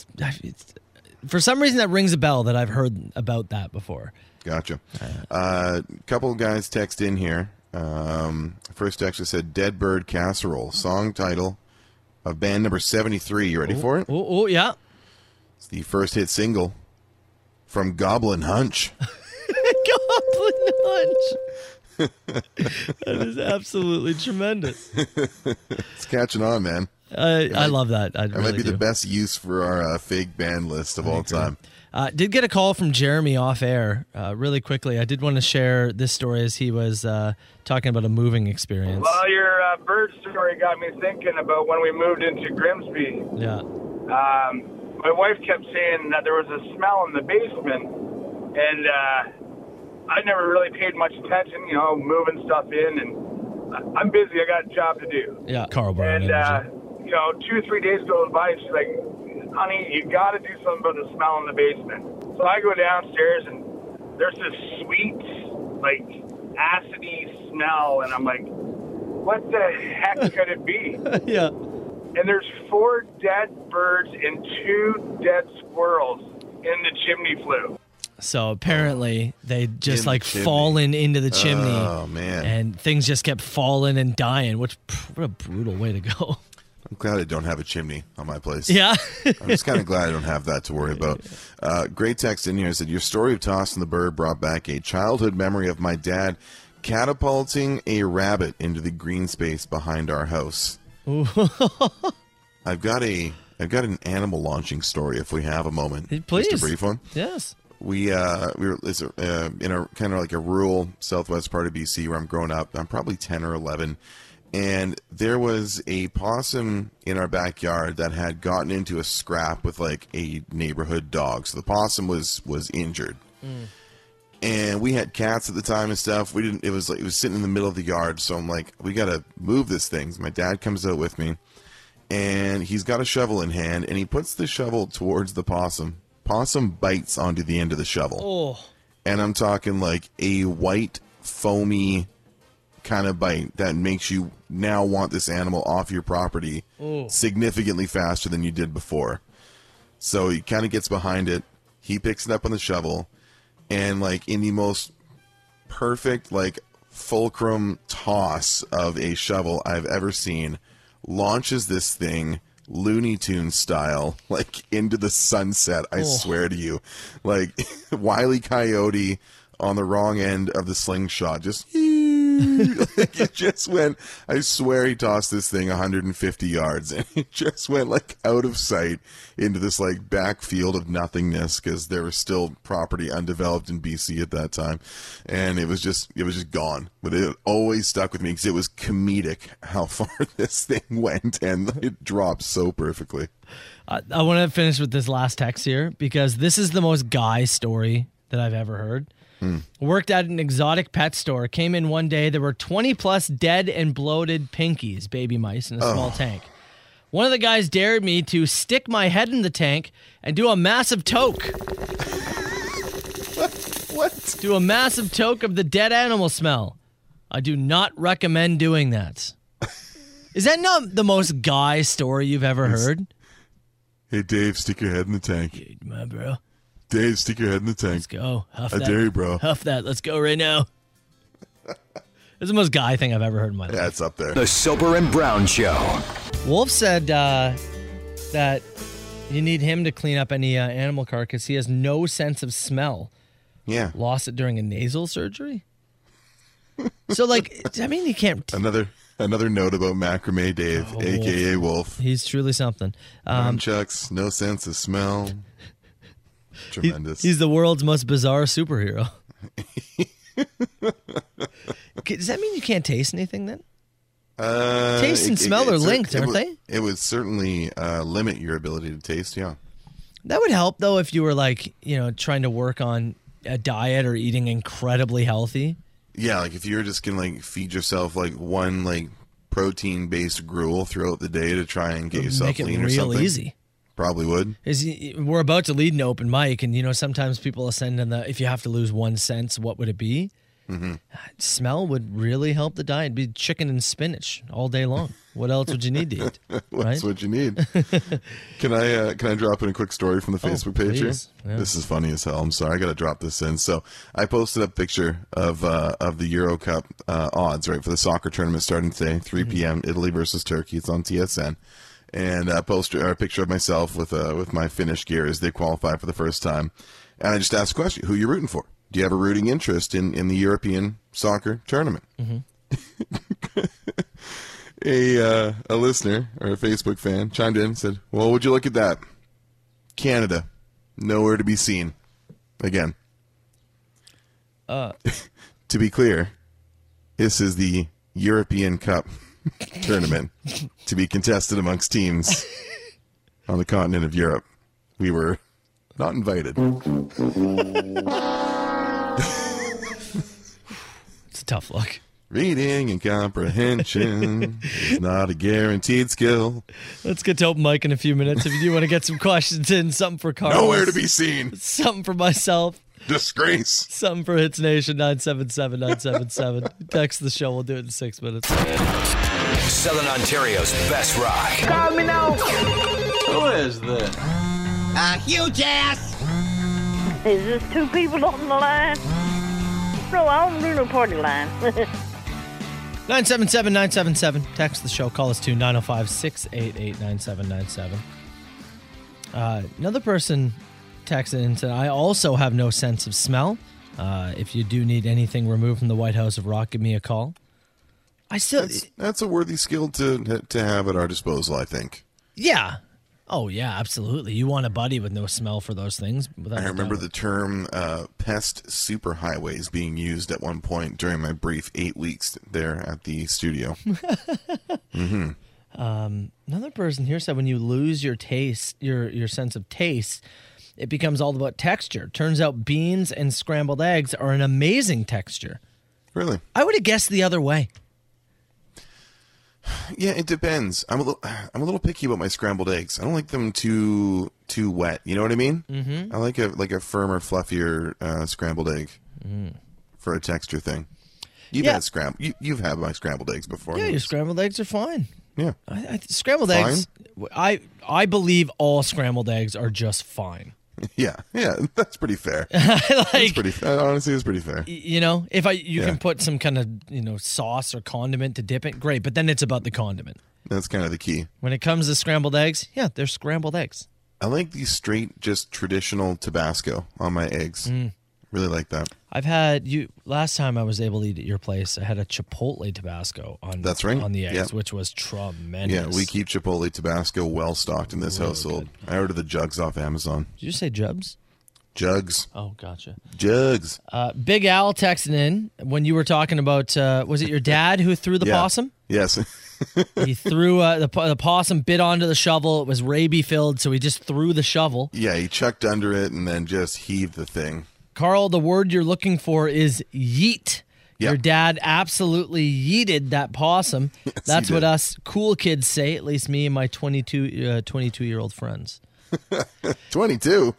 Speaker 5: for some reason that rings a bell that I've heard about that before.
Speaker 6: Gotcha. A uh, couple of guys text in here. Um, first text that said Dead Bird Casserole, song title of band number 73. You ready for it?
Speaker 5: Oh, oh, yeah.
Speaker 6: It's the first hit single from Goblin Hunch.
Speaker 5: *laughs* Goblin Hunch. that is absolutely tremendous.
Speaker 6: It's catching on, man.
Speaker 5: I, I love that. I
Speaker 6: That
Speaker 5: really
Speaker 6: might be
Speaker 5: do.
Speaker 6: the best use for our uh, fake band list of all time.
Speaker 5: Uh, did get a call from Jeremy off air uh, really quickly. I did want to share this story as he was uh, talking about a moving experience.
Speaker 7: Well, your uh, bird story got me thinking about when we moved into Grimsby.
Speaker 5: Yeah.
Speaker 7: Um, my wife kept saying that there was a smell in the basement, and uh, I never really paid much attention, you know, moving stuff in. And I- I'm busy, I got a job to do.
Speaker 5: Yeah. Carl Brown.
Speaker 7: And, uh,
Speaker 5: energy.
Speaker 7: you know, two or three days goes by, and she's like, honey, you got to do something about the smell in the basement. So I go downstairs, and there's this sweet, like, acidy smell, and I'm like, what the heck could it be?
Speaker 5: *laughs* yeah.
Speaker 7: And there's four dead birds and two dead squirrels in the chimney flue.
Speaker 5: So apparently they just
Speaker 6: In the
Speaker 5: like
Speaker 6: chimney.
Speaker 5: fallen into the chimney.
Speaker 6: Oh, man.
Speaker 5: And things just kept falling and dying, which pff, what a brutal way to go. *laughs*
Speaker 6: I'm glad I don't have a chimney on my place.
Speaker 5: yeah.
Speaker 6: I'm just kind of glad I don't have that to worry about. Uh, great text in here said, Your story of Toss and the Bird brought back a childhood memory of my dad catapulting a rabbit into the green space behind our house. I've got a. I've got an animal launching story if we have a moment.
Speaker 5: Hey,
Speaker 6: Just
Speaker 5: please.
Speaker 6: a brief one.
Speaker 5: yes.
Speaker 6: We uh, we were it's, uh, in a kind of like a rural southwest part of BC where I'm growing up. I'm probably ten or eleven, and there was a possum in our backyard that had gotten into a scrap with like a neighborhood dog. So the possum was was injured, and we had cats at the time and stuff. We didn't. It was like it was sitting in the middle of the yard. So I'm like, we gotta move this thing. My dad comes out with me, and he's got a shovel in hand, and he puts the shovel towards the possum. Possum bites onto the end of the shovel
Speaker 5: Oh.
Speaker 6: and I'm talking like a white foamy kind of bite that makes you now want this animal off your property significantly faster than you did before. So he kind of gets behind it. He picks it up on the shovel and like in the most perfect like fulcrum toss of a shovel I've ever seen launches this thing Looney Tune style like into the sunset I swear to you like *laughs* Wiley Coyote on the wrong end of the slingshot just like it *laughs* just went I swear he tossed this thing 150 yards *laughs* and it just went like out of sight into this like backfield of nothingness because there was still property undeveloped in BC at that time and it was just it was just gone but it always stuck with me because it was comedic how *laughs* far this thing went and it dropped so perfectly
Speaker 5: I, I want to finish with this last text here because this is the most guy story that I've ever heard. Worked at an exotic pet store. Came in one day. There were 20 plus dead and bloated pinkies, baby mice, in a small tank. One of the guys dared me to stick my head in the tank and do a massive toke.
Speaker 6: what
Speaker 5: Do a massive toke of the dead animal smell. I do not recommend doing that. Is that not the most guy story you've ever heard?
Speaker 6: hey Dave stick your head in the tank
Speaker 5: Dude, my bro.
Speaker 6: Dave stick your head in the tank
Speaker 5: Let's go. Huff
Speaker 6: I
Speaker 5: that.
Speaker 6: dare you bro
Speaker 5: Huff that. Let's go
Speaker 6: *laughs*
Speaker 5: right now. That's the most guy thing I've ever heard in my life.
Speaker 6: that's up there
Speaker 4: The Soper and Brown Show.
Speaker 5: Wolf said uh, that you need him to clean up any uh, animal carcass. He has no sense of smell.
Speaker 6: yeah
Speaker 5: Lost it during a
Speaker 6: *laughs*
Speaker 5: nasal surgery. so, like, I mean, you can't.
Speaker 6: Another another note about macrame Dave, aka Wolf.
Speaker 5: *laughs* He's truly something. Um,
Speaker 6: Nunchucks, no sense of smell.
Speaker 5: *laughs* he-
Speaker 6: Tremendous.
Speaker 5: he's the world's most bizarre superhero.
Speaker 6: *laughs*
Speaker 5: Okay, Does that mean you can't taste anything then?
Speaker 6: uh,
Speaker 5: taste and smell are
Speaker 6: cer-
Speaker 5: linked,
Speaker 6: it
Speaker 5: aren't
Speaker 6: would-
Speaker 5: they?
Speaker 6: It would certainly uh, limit your ability to taste. Yeah,
Speaker 5: That would help though if you were like, you know, trying to work on a diet or eating incredibly healthy.
Speaker 6: yeah. Like if you're just gonna like feed yourself like one like protein based gruel throughout the day to try and get yourself
Speaker 5: Make it
Speaker 6: lean
Speaker 5: real
Speaker 6: or something,
Speaker 5: easy.
Speaker 6: probably would.
Speaker 5: Is y- we're about to lead an open mic, and you know sometimes people will send in the if you have to lose one sense, what would it be?
Speaker 6: Mm-hmm.
Speaker 5: *sighs* Smell would really help the diet. Be chicken and spinach all day long. What else would you need to eat?
Speaker 6: That's *laughs*
Speaker 5: right?
Speaker 6: what you need.
Speaker 5: *laughs*
Speaker 6: can I uh, can I drop in a quick story from the Facebook page here?
Speaker 5: Oh, please. Yeah.
Speaker 6: This is funny as hell. I'm sorry, I got to drop this in. So I posted a picture of uh, of the Euro Cup uh, odds right for the soccer tournament starting today,
Speaker 5: Mm-hmm.
Speaker 6: 3 p.m. Italy versus Turkey. It's on TSN. And a poster, or a picture of myself with uh, with my Finnish gear as they qualify for the first time. And I just asked a question: Who you rooting for? Do you have a rooting interest in in the European soccer tournament? a uh, a listener or a Facebook fan chimed in and said, "Well, would you look at that? Canada, nowhere to be seen again." Uh, *laughs* to be clear, this is the European Cup tournament to be contested amongst teams on the continent of Europe. We were not invited.
Speaker 5: It's a tough look.
Speaker 6: Reading and comprehension is not a guaranteed skill.
Speaker 5: Let's get to open mic in a few minutes. If you do want to get some *laughs* questions in, something for Carlos,
Speaker 6: Nowhere to be seen.
Speaker 5: something for myself,
Speaker 6: Disgrace.
Speaker 5: something for Hits Nation 977 977. Text the show. We'll do it in six minutes.
Speaker 4: Southern Ontario's best rock.
Speaker 8: Is this two people on the line? No, I don't do no party line. *laughs*
Speaker 5: 977 977. Text the show. Call us to 905 688 9797. Uh, Another person texted and said, I also have no sense of smell. Uh, if you do need anything removed from the White House of Rock, give me a call. I still,
Speaker 6: That's a worthy skill to to have at our disposal, I think.
Speaker 5: yeah. Oh, yeah, absolutely. You want a buddy with no smell for those things. without
Speaker 6: I
Speaker 5: a
Speaker 6: remember
Speaker 5: doubt.
Speaker 6: the term uh, pest superhighways being used at one point during my brief eight weeks there at the
Speaker 5: *laughs*
Speaker 6: studio.
Speaker 5: Another person here said when you lose your taste, your your sense of taste, it becomes all about texture. Turns out beans and scrambled eggs are an amazing texture.
Speaker 6: really?
Speaker 5: I would have guessed the other way.
Speaker 6: Yeah, it depends. I'm a little I'm a little picky about my scrambled eggs. I don't like them too too wet. You know what I mean? Mm-hmm. I like a like a firmer, fluffier uh, scrambled egg for a texture thing. You've
Speaker 5: Mm. Yeah.
Speaker 6: had scramb you, you've had my scrambled eggs before.
Speaker 5: Yeah, your scrambled eggs are fine.
Speaker 6: yeah.
Speaker 5: I, I, scrambled
Speaker 6: Fine?
Speaker 5: eggs. I I believe all scrambled eggs are just fine.
Speaker 6: yeah, yeah. *laughs* That's pretty fair.
Speaker 5: *laughs* like
Speaker 6: pretty fair. Honestly, it's pretty fair.
Speaker 5: you know, if I you
Speaker 6: Yeah.
Speaker 5: can put some kind of you know sauce or condiment to dip it, great. But then it's about the condiment.
Speaker 6: That's kind of the key.
Speaker 5: When it comes to scrambled eggs, yeah, they're scrambled eggs.
Speaker 6: I like the straight, just traditional Tabasco on my eggs.
Speaker 5: Mm.
Speaker 6: Really like that.
Speaker 5: I've had you last time I was able to eat at your place. I had a Chipotle Tabasco on
Speaker 6: That's right.
Speaker 5: on the eggs,
Speaker 6: Yeah.
Speaker 5: which was tremendous.
Speaker 6: Yeah, we keep Chipotle Tabasco well stocked in this household. I order the jugs off Amazon.
Speaker 5: Did you say Jubs?
Speaker 6: Jugs,
Speaker 5: Oh, gotcha.
Speaker 6: jugs.
Speaker 5: Uh, Big Al texting in when you were talking about uh, was it your dad who threw the
Speaker 6: Yeah.
Speaker 5: possum?
Speaker 6: Yes, *laughs*
Speaker 5: He threw uh, the po- the possum bit onto the shovel. It was rabies filled, so he just threw the shovel.
Speaker 6: yeah. He chucked under it and then just heaved the thing.
Speaker 5: Carl, the word you're looking for is yeet.
Speaker 6: Yeah.
Speaker 5: Your dad absolutely yeeted that possum.
Speaker 6: *laughs*
Speaker 5: That's
Speaker 6: he
Speaker 5: what
Speaker 6: did.
Speaker 5: us cool kids say, at least me and my 22, uh, 22 year old friends.
Speaker 6: Twenty-two.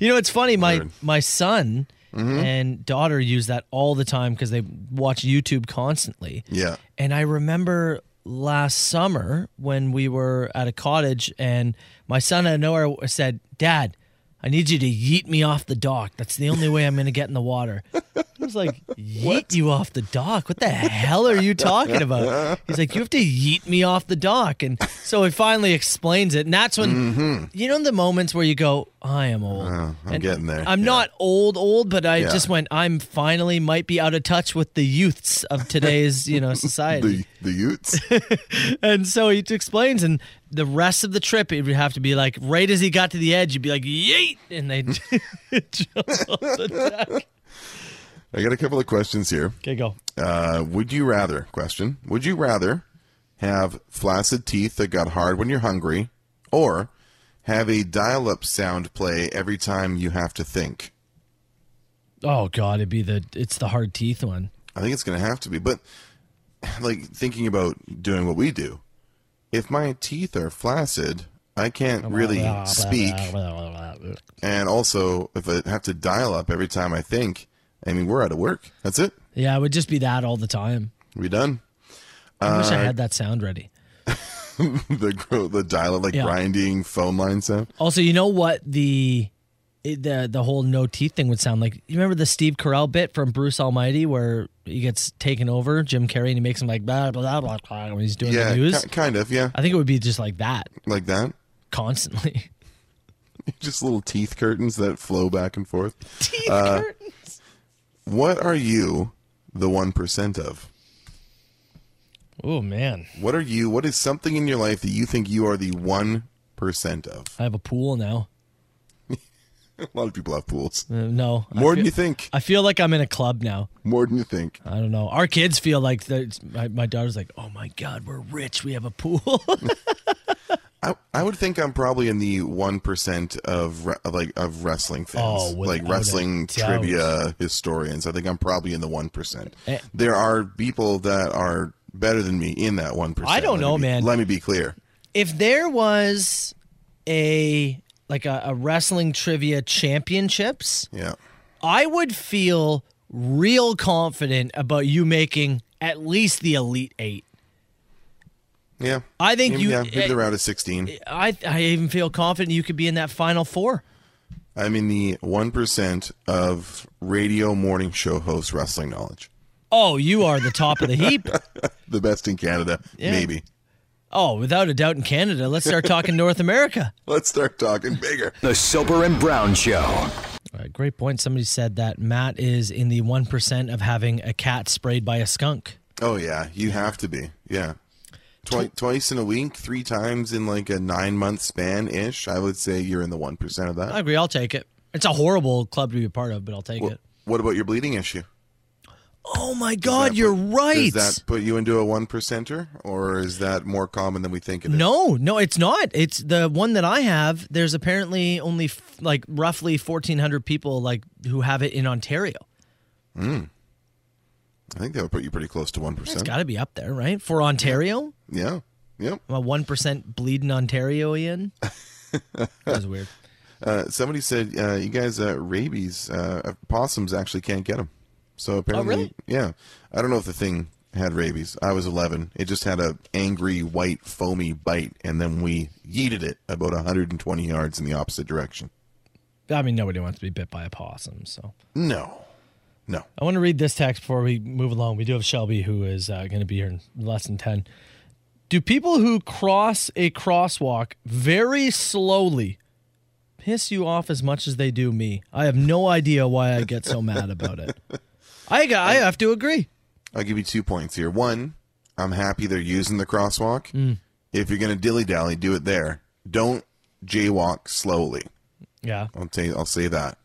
Speaker 5: You know, it's funny. My
Speaker 6: Word.
Speaker 5: my son and daughter use that all the time because they watch YouTube constantly.
Speaker 6: Yeah.
Speaker 5: And I remember last summer when we were at a cottage, and my son out of nowhere said, "Dad, I need you to yeet me off the dock. That's the only way I'm going to get in the water." I
Speaker 6: *laughs*
Speaker 5: was like, "Yeet you off the dock? What the hell are you talking about?" He's like, "You have to yeet me off the dock," and so he finally explains it, and that's when you know the moments where you go, "I am old."
Speaker 6: Mm-hmm. Uh-huh. I'm
Speaker 5: And
Speaker 6: getting there.
Speaker 5: I'm
Speaker 6: Yeah.
Speaker 5: not old, old, but I
Speaker 6: Yeah.
Speaker 5: just went. I'm finally might be out of touch with the youths of today's,
Speaker 6: *laughs*
Speaker 5: you know,
Speaker 6: The
Speaker 5: society.
Speaker 6: the
Speaker 5: *laughs*
Speaker 6: Utes.
Speaker 5: and so he explains, and the rest of the trip, it would have to be like right as he got to the edge, you'd be like, "Yeet!"
Speaker 6: *laughs*
Speaker 5: and they jump off the deck.
Speaker 6: I got a couple of questions here.
Speaker 5: Okay, go.
Speaker 6: Uh, would you rather? Question: Would you rather have flaccid teeth that got hard when you're hungry, or have a dial-up sound play every time you have to think?
Speaker 5: Oh God, it'd be the it's the hard teeth one.
Speaker 6: I think it's going to have to be. But *sighs* like thinking about doing what we do, if my teeth are flaccid, I can't really speak. And also, if I have to dial up every time I think, I mean, we're out of work. That's it.
Speaker 5: Yeah, it would just be that all the time.
Speaker 6: We done. *laughs*
Speaker 5: I wish I
Speaker 6: Uh,
Speaker 5: had that sound ready.
Speaker 6: the gro- the dial like
Speaker 5: Yeah.
Speaker 6: grinding phone line sound.
Speaker 5: Also, you know what the it- the the whole no teeth thing would sound like? You remember the Steve Carell bit from Bruce Almighty where he gets taken over, Jim Carrey, and he makes him like blah blah blah blah, blah when he's doing
Speaker 6: Yeah,
Speaker 5: the news.
Speaker 6: ki- kind of. Yeah,
Speaker 5: I think it would be just like that
Speaker 6: like that. *laughs*
Speaker 5: constantly. *laughs*
Speaker 6: Just little teeth curtains that flow back and forth.
Speaker 5: Teeth
Speaker 6: Uh,
Speaker 5: curtains.
Speaker 6: What are you the one percent of?
Speaker 5: Oh man,
Speaker 6: What are you? What is something in your life that you think you are the one percent of? *laughs*
Speaker 5: I have a pool now.
Speaker 6: A lot of people have pools.
Speaker 5: Uh, no, I
Speaker 6: More than
Speaker 5: feel- Uh.
Speaker 6: you think.
Speaker 5: I feel like I'm in a club now.
Speaker 6: More than you think.
Speaker 5: I don't know. Our kids feel like they're- my, my daughter's like, "Oh my god, we're rich. We have a pool." *laughs*
Speaker 6: I, I would think I'm probably in the one percent of re- of, like of wrestling fans,
Speaker 5: Oh,
Speaker 6: like
Speaker 5: without a
Speaker 6: wrestling
Speaker 5: doubt.
Speaker 6: trivia historians. I think I'm probably in the one percent.
Speaker 5: Eh.
Speaker 6: There are people that are better than me in that one percent.
Speaker 5: I don't know, man.
Speaker 6: Let me be clear.
Speaker 5: if there was a like a, a wrestling trivia championships,
Speaker 6: Yeah,
Speaker 5: I would feel real confident about you making at least the elite eight.
Speaker 6: yeah.
Speaker 5: I think you-
Speaker 6: Yeah, maybe
Speaker 5: eh,
Speaker 6: the round of sixteen.
Speaker 5: I I even feel confident you could be in that final four.
Speaker 6: I'm in the one percent of radio morning show host wrestling knowledge.
Speaker 5: Oh, you are the top of the heap.
Speaker 6: The best in Canada,
Speaker 5: Yeah.
Speaker 6: maybe.
Speaker 5: Oh, without a doubt in Canada. Let's start talking North America.
Speaker 6: Let's start talking bigger.
Speaker 4: The Soper and Brown Show.
Speaker 5: All right, great point. Somebody said that Matt is in the 1% of having a cat sprayed by a skunk.
Speaker 6: Oh yeah, you have to be. Yeah. Twi- twice in a week, three times in like a nine month span ish. I would say you're in the one percent of that.
Speaker 5: I agree. I'll take it. It's a horrible club to be a part of, but I'll take
Speaker 6: Wh-
Speaker 5: it.
Speaker 6: what about your bleeding issue?
Speaker 5: Oh my God,
Speaker 6: That
Speaker 5: you're
Speaker 6: put-
Speaker 5: right.
Speaker 6: Does that put you into a one percenter, or is that more common than we think it is?
Speaker 5: No, no, it's not. It's the one that I have. There's apparently only f- like roughly 1,400 people like who have it in Ontario.
Speaker 6: I think that would put you pretty close to one
Speaker 5: It's
Speaker 6: percent.
Speaker 5: got to be up there, right? For Ontario,
Speaker 6: Yeah. Yep.
Speaker 5: I'm a one percent
Speaker 6: *laughs*
Speaker 5: bleeding Ontarioan. that was weird.
Speaker 6: Uh, somebody said uh, you guys uh, rabies uh, uh, possums actually can't get them. So apparently,
Speaker 5: really?
Speaker 6: yeah. I don't know if the thing had rabies. I was 11. It just had a angry white foamy bite, and then we yeeted it about 120 yards in the opposite direction.
Speaker 5: I mean, nobody wants to be bit by a possum, so.
Speaker 6: No, no.
Speaker 5: I want to read this text before we move along. We do have Shelby who is uh, going to be here in less than 10. Do people who cross a crosswalk very slowly piss you off as much as they do me? I have no idea why I get so mad
Speaker 6: *laughs*
Speaker 5: about it. I, got, I have to agree.
Speaker 6: I'll give you two points here. One, I'm happy they're using the crosswalk. If you're gonna dilly dally, do it there. Don't jaywalk slowly.
Speaker 5: Yeah.
Speaker 6: I'll say I'll say that.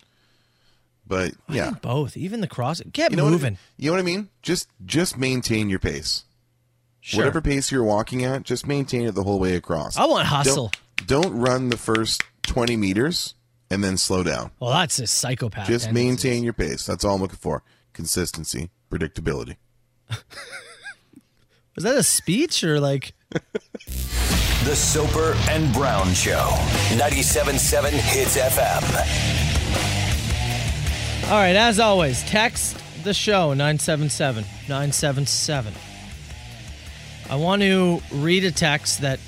Speaker 6: But yeah,
Speaker 5: Both. Even the cross. Get
Speaker 6: you know
Speaker 5: moving.
Speaker 6: What I, you know what I mean? Just just maintain your pace.
Speaker 5: Sure.
Speaker 6: Whatever pace you're walking at, just maintain it the whole way across.
Speaker 5: I want hustle.
Speaker 6: Don't, don't run the first 20 meters and then slow down.
Speaker 5: Well, that's a psychopath.
Speaker 6: Just
Speaker 5: tendency.
Speaker 6: maintain your pace. That's all I'm looking for. Consistency, predictability.
Speaker 5: Was that a speech or like.
Speaker 4: The Soper and Brown Show. 97.7 Hits FM.
Speaker 5: All right, as always, text the show 977 977. I want to read a text that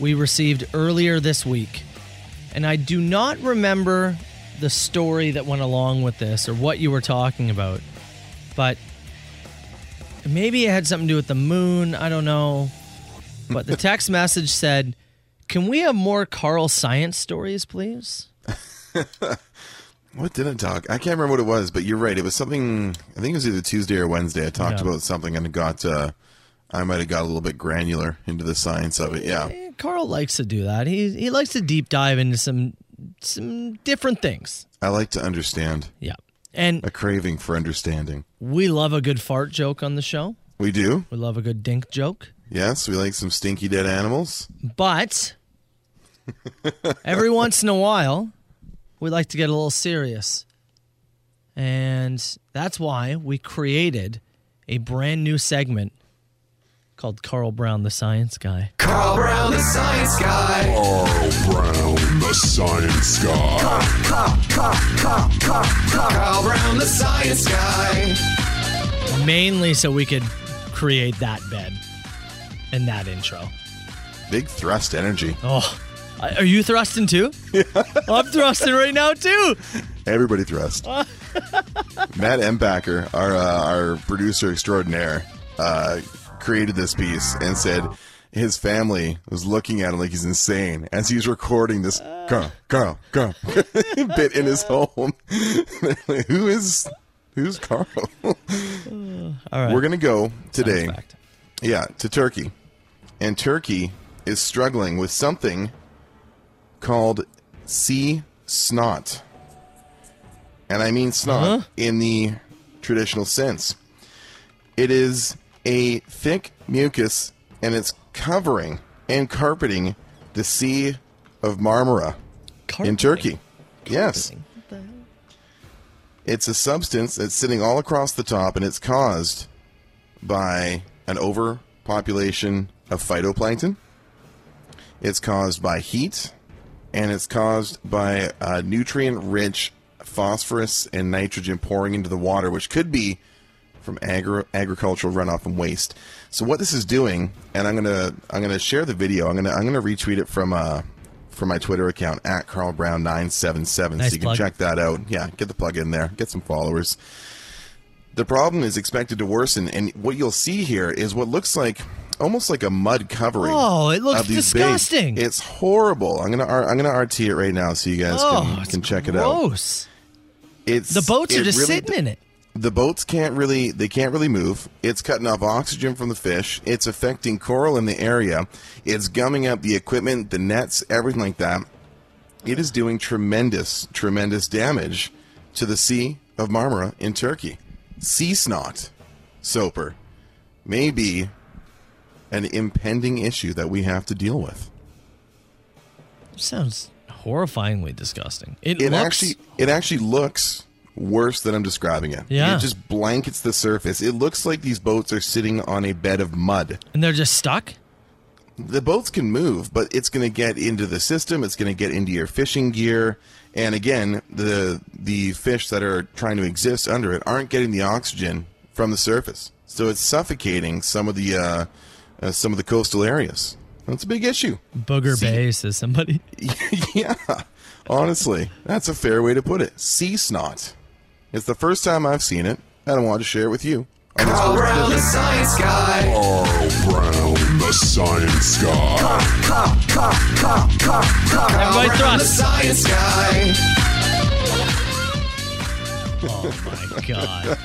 Speaker 5: we received earlier this week. And I do not remember the story that went along with this or what you were talking about. But maybe it had something to do with the moon. I don't know. But the text message said, Can we have more Carl Science stories, please?
Speaker 6: What did I talk? I can't remember what it was, but you're right. It was something. I think it was either Tuesday or Wednesday. I talked
Speaker 5: Yeah.
Speaker 6: about something and it got. Uh, I might have got a little bit granular into the science of it. Yeah.
Speaker 5: Yeah, Eh, Carl likes to do that. He he likes to deep dive into some some different things.
Speaker 6: I like to understand.
Speaker 5: Yeah. And
Speaker 6: A craving for understanding.
Speaker 5: we love a good fart joke on the show.
Speaker 6: We do.
Speaker 5: We love a good dink joke.
Speaker 6: Yes, we like some stinky dead animals.
Speaker 5: But every once in a while, we like to get a little serious. And that's why we created a brand new segment called Carl Brown the Science Guy.
Speaker 9: Carl Brown, the science guy.
Speaker 10: Carl Brown, the science guy.
Speaker 9: Carl Brown, the science guy.
Speaker 5: Mainly so we could create that bed and that intro.
Speaker 6: Big thrust energy.
Speaker 5: Oh, I- are you thrusting too? I'm thrusting right now too.
Speaker 6: Everybody
Speaker 5: *laughs*
Speaker 6: thrust. Matt Empacker, our uh, our producer extraordinaire, uh, created this piece and said his family was looking at him like he's insane as he's recording this
Speaker 5: Uh.
Speaker 6: go go go *laughs* bit in his home. *laughs* Like, Who is who's Carl?
Speaker 5: All right.
Speaker 6: We're gonna go today.
Speaker 5: Fact.
Speaker 6: Yeah, to Turkey. And Turkey is struggling with something called sea snot. And I mean snot
Speaker 5: Uh-huh.
Speaker 6: in the traditional sense. It is a thick mucus and it's covering and carpeting the Sea of Marmara in
Speaker 5: Carpeting.
Speaker 6: Turkey. Yes.
Speaker 5: Carpeting. What the hell?
Speaker 6: It's a substance that's sitting all across the top, and it's caused by an overpopulation of phytoplankton. It's caused by heat, and it's caused by uh, nutrient rich phosphorus and nitrogen pouring into the water, which could be from agri- agricultural runoff and waste. So what this is doing, and I'm gonna I'm gonna share the video. I'm gonna I'm gonna retweet it from uh from my Twitter account at Carl Brown nine seven seven. So
Speaker 5: Nice
Speaker 6: you
Speaker 5: plug.
Speaker 6: can check that out. Yeah, get the plug in there, get some followers. The problem is expected to worsen, and what you'll see here is what looks like almost like a mud covering.
Speaker 5: Oh, it looks
Speaker 6: of these bays.
Speaker 5: disgusting.
Speaker 6: It's horrible. I'm gonna R- I'm gonna RT it right now so you guys
Speaker 5: Oh,
Speaker 6: can,
Speaker 5: it's
Speaker 6: can check it out.
Speaker 5: gross.
Speaker 6: It's
Speaker 5: The boats
Speaker 6: it
Speaker 5: are just
Speaker 6: really-
Speaker 5: sitting in it.
Speaker 6: the boats can't really they can't really move it's cutting off oxygen from the fish it's affecting coral in the area it's gumming up the equipment the nets everything like that it is doing tremendous tremendous damage to the sea of marmara in turkey sea snot soper may be an impending issue that we have to deal with
Speaker 5: Sounds horrifyingly disgusting. It,
Speaker 6: it
Speaker 5: looks
Speaker 6: actually it actually looks worse than I'm describing it.
Speaker 5: Yeah.
Speaker 6: It just blankets the surface. It looks like these boats are sitting on a bed of mud.
Speaker 5: and they're just stuck.
Speaker 6: The boats can move, but it's going to get into the system, it's going to get into your fishing gear, and again, the the fish that are trying to exist under it aren't getting the oxygen from the surface. So it's suffocating some of the uh, uh, some of the coastal areas. That's a big issue.
Speaker 5: Booger Bay
Speaker 6: *laughs*
Speaker 5: says somebody.
Speaker 6: yeah, honestly, that's a fair way to put it. Sea snot. It's the first time I've seen it, and I wanted to share it with you. on this
Speaker 9: Carl
Speaker 6: first
Speaker 9: Brown, the
Speaker 6: edition.
Speaker 9: science guy.
Speaker 10: Carl Brown, the science guy.
Speaker 5: Everybody
Speaker 9: Brown, the
Speaker 5: thrust.
Speaker 9: science guy.
Speaker 5: Oh my god.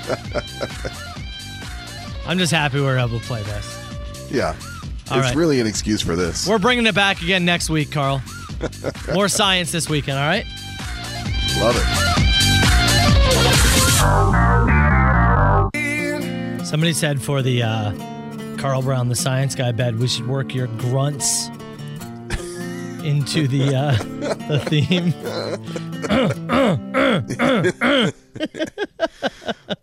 Speaker 5: I'm just happy we're able to play this.
Speaker 6: Yeah,
Speaker 5: All
Speaker 6: it's
Speaker 5: right.
Speaker 6: really an excuse for this.
Speaker 5: We're bringing it back again next
Speaker 6: *laughs*
Speaker 5: week, Carl. More science this weekend, all right?
Speaker 6: Love it.
Speaker 5: Somebody said for the uh, Carl Brown, the science guy bed, we should work
Speaker 6: *laughs*
Speaker 5: your grunts into the uh, the theme.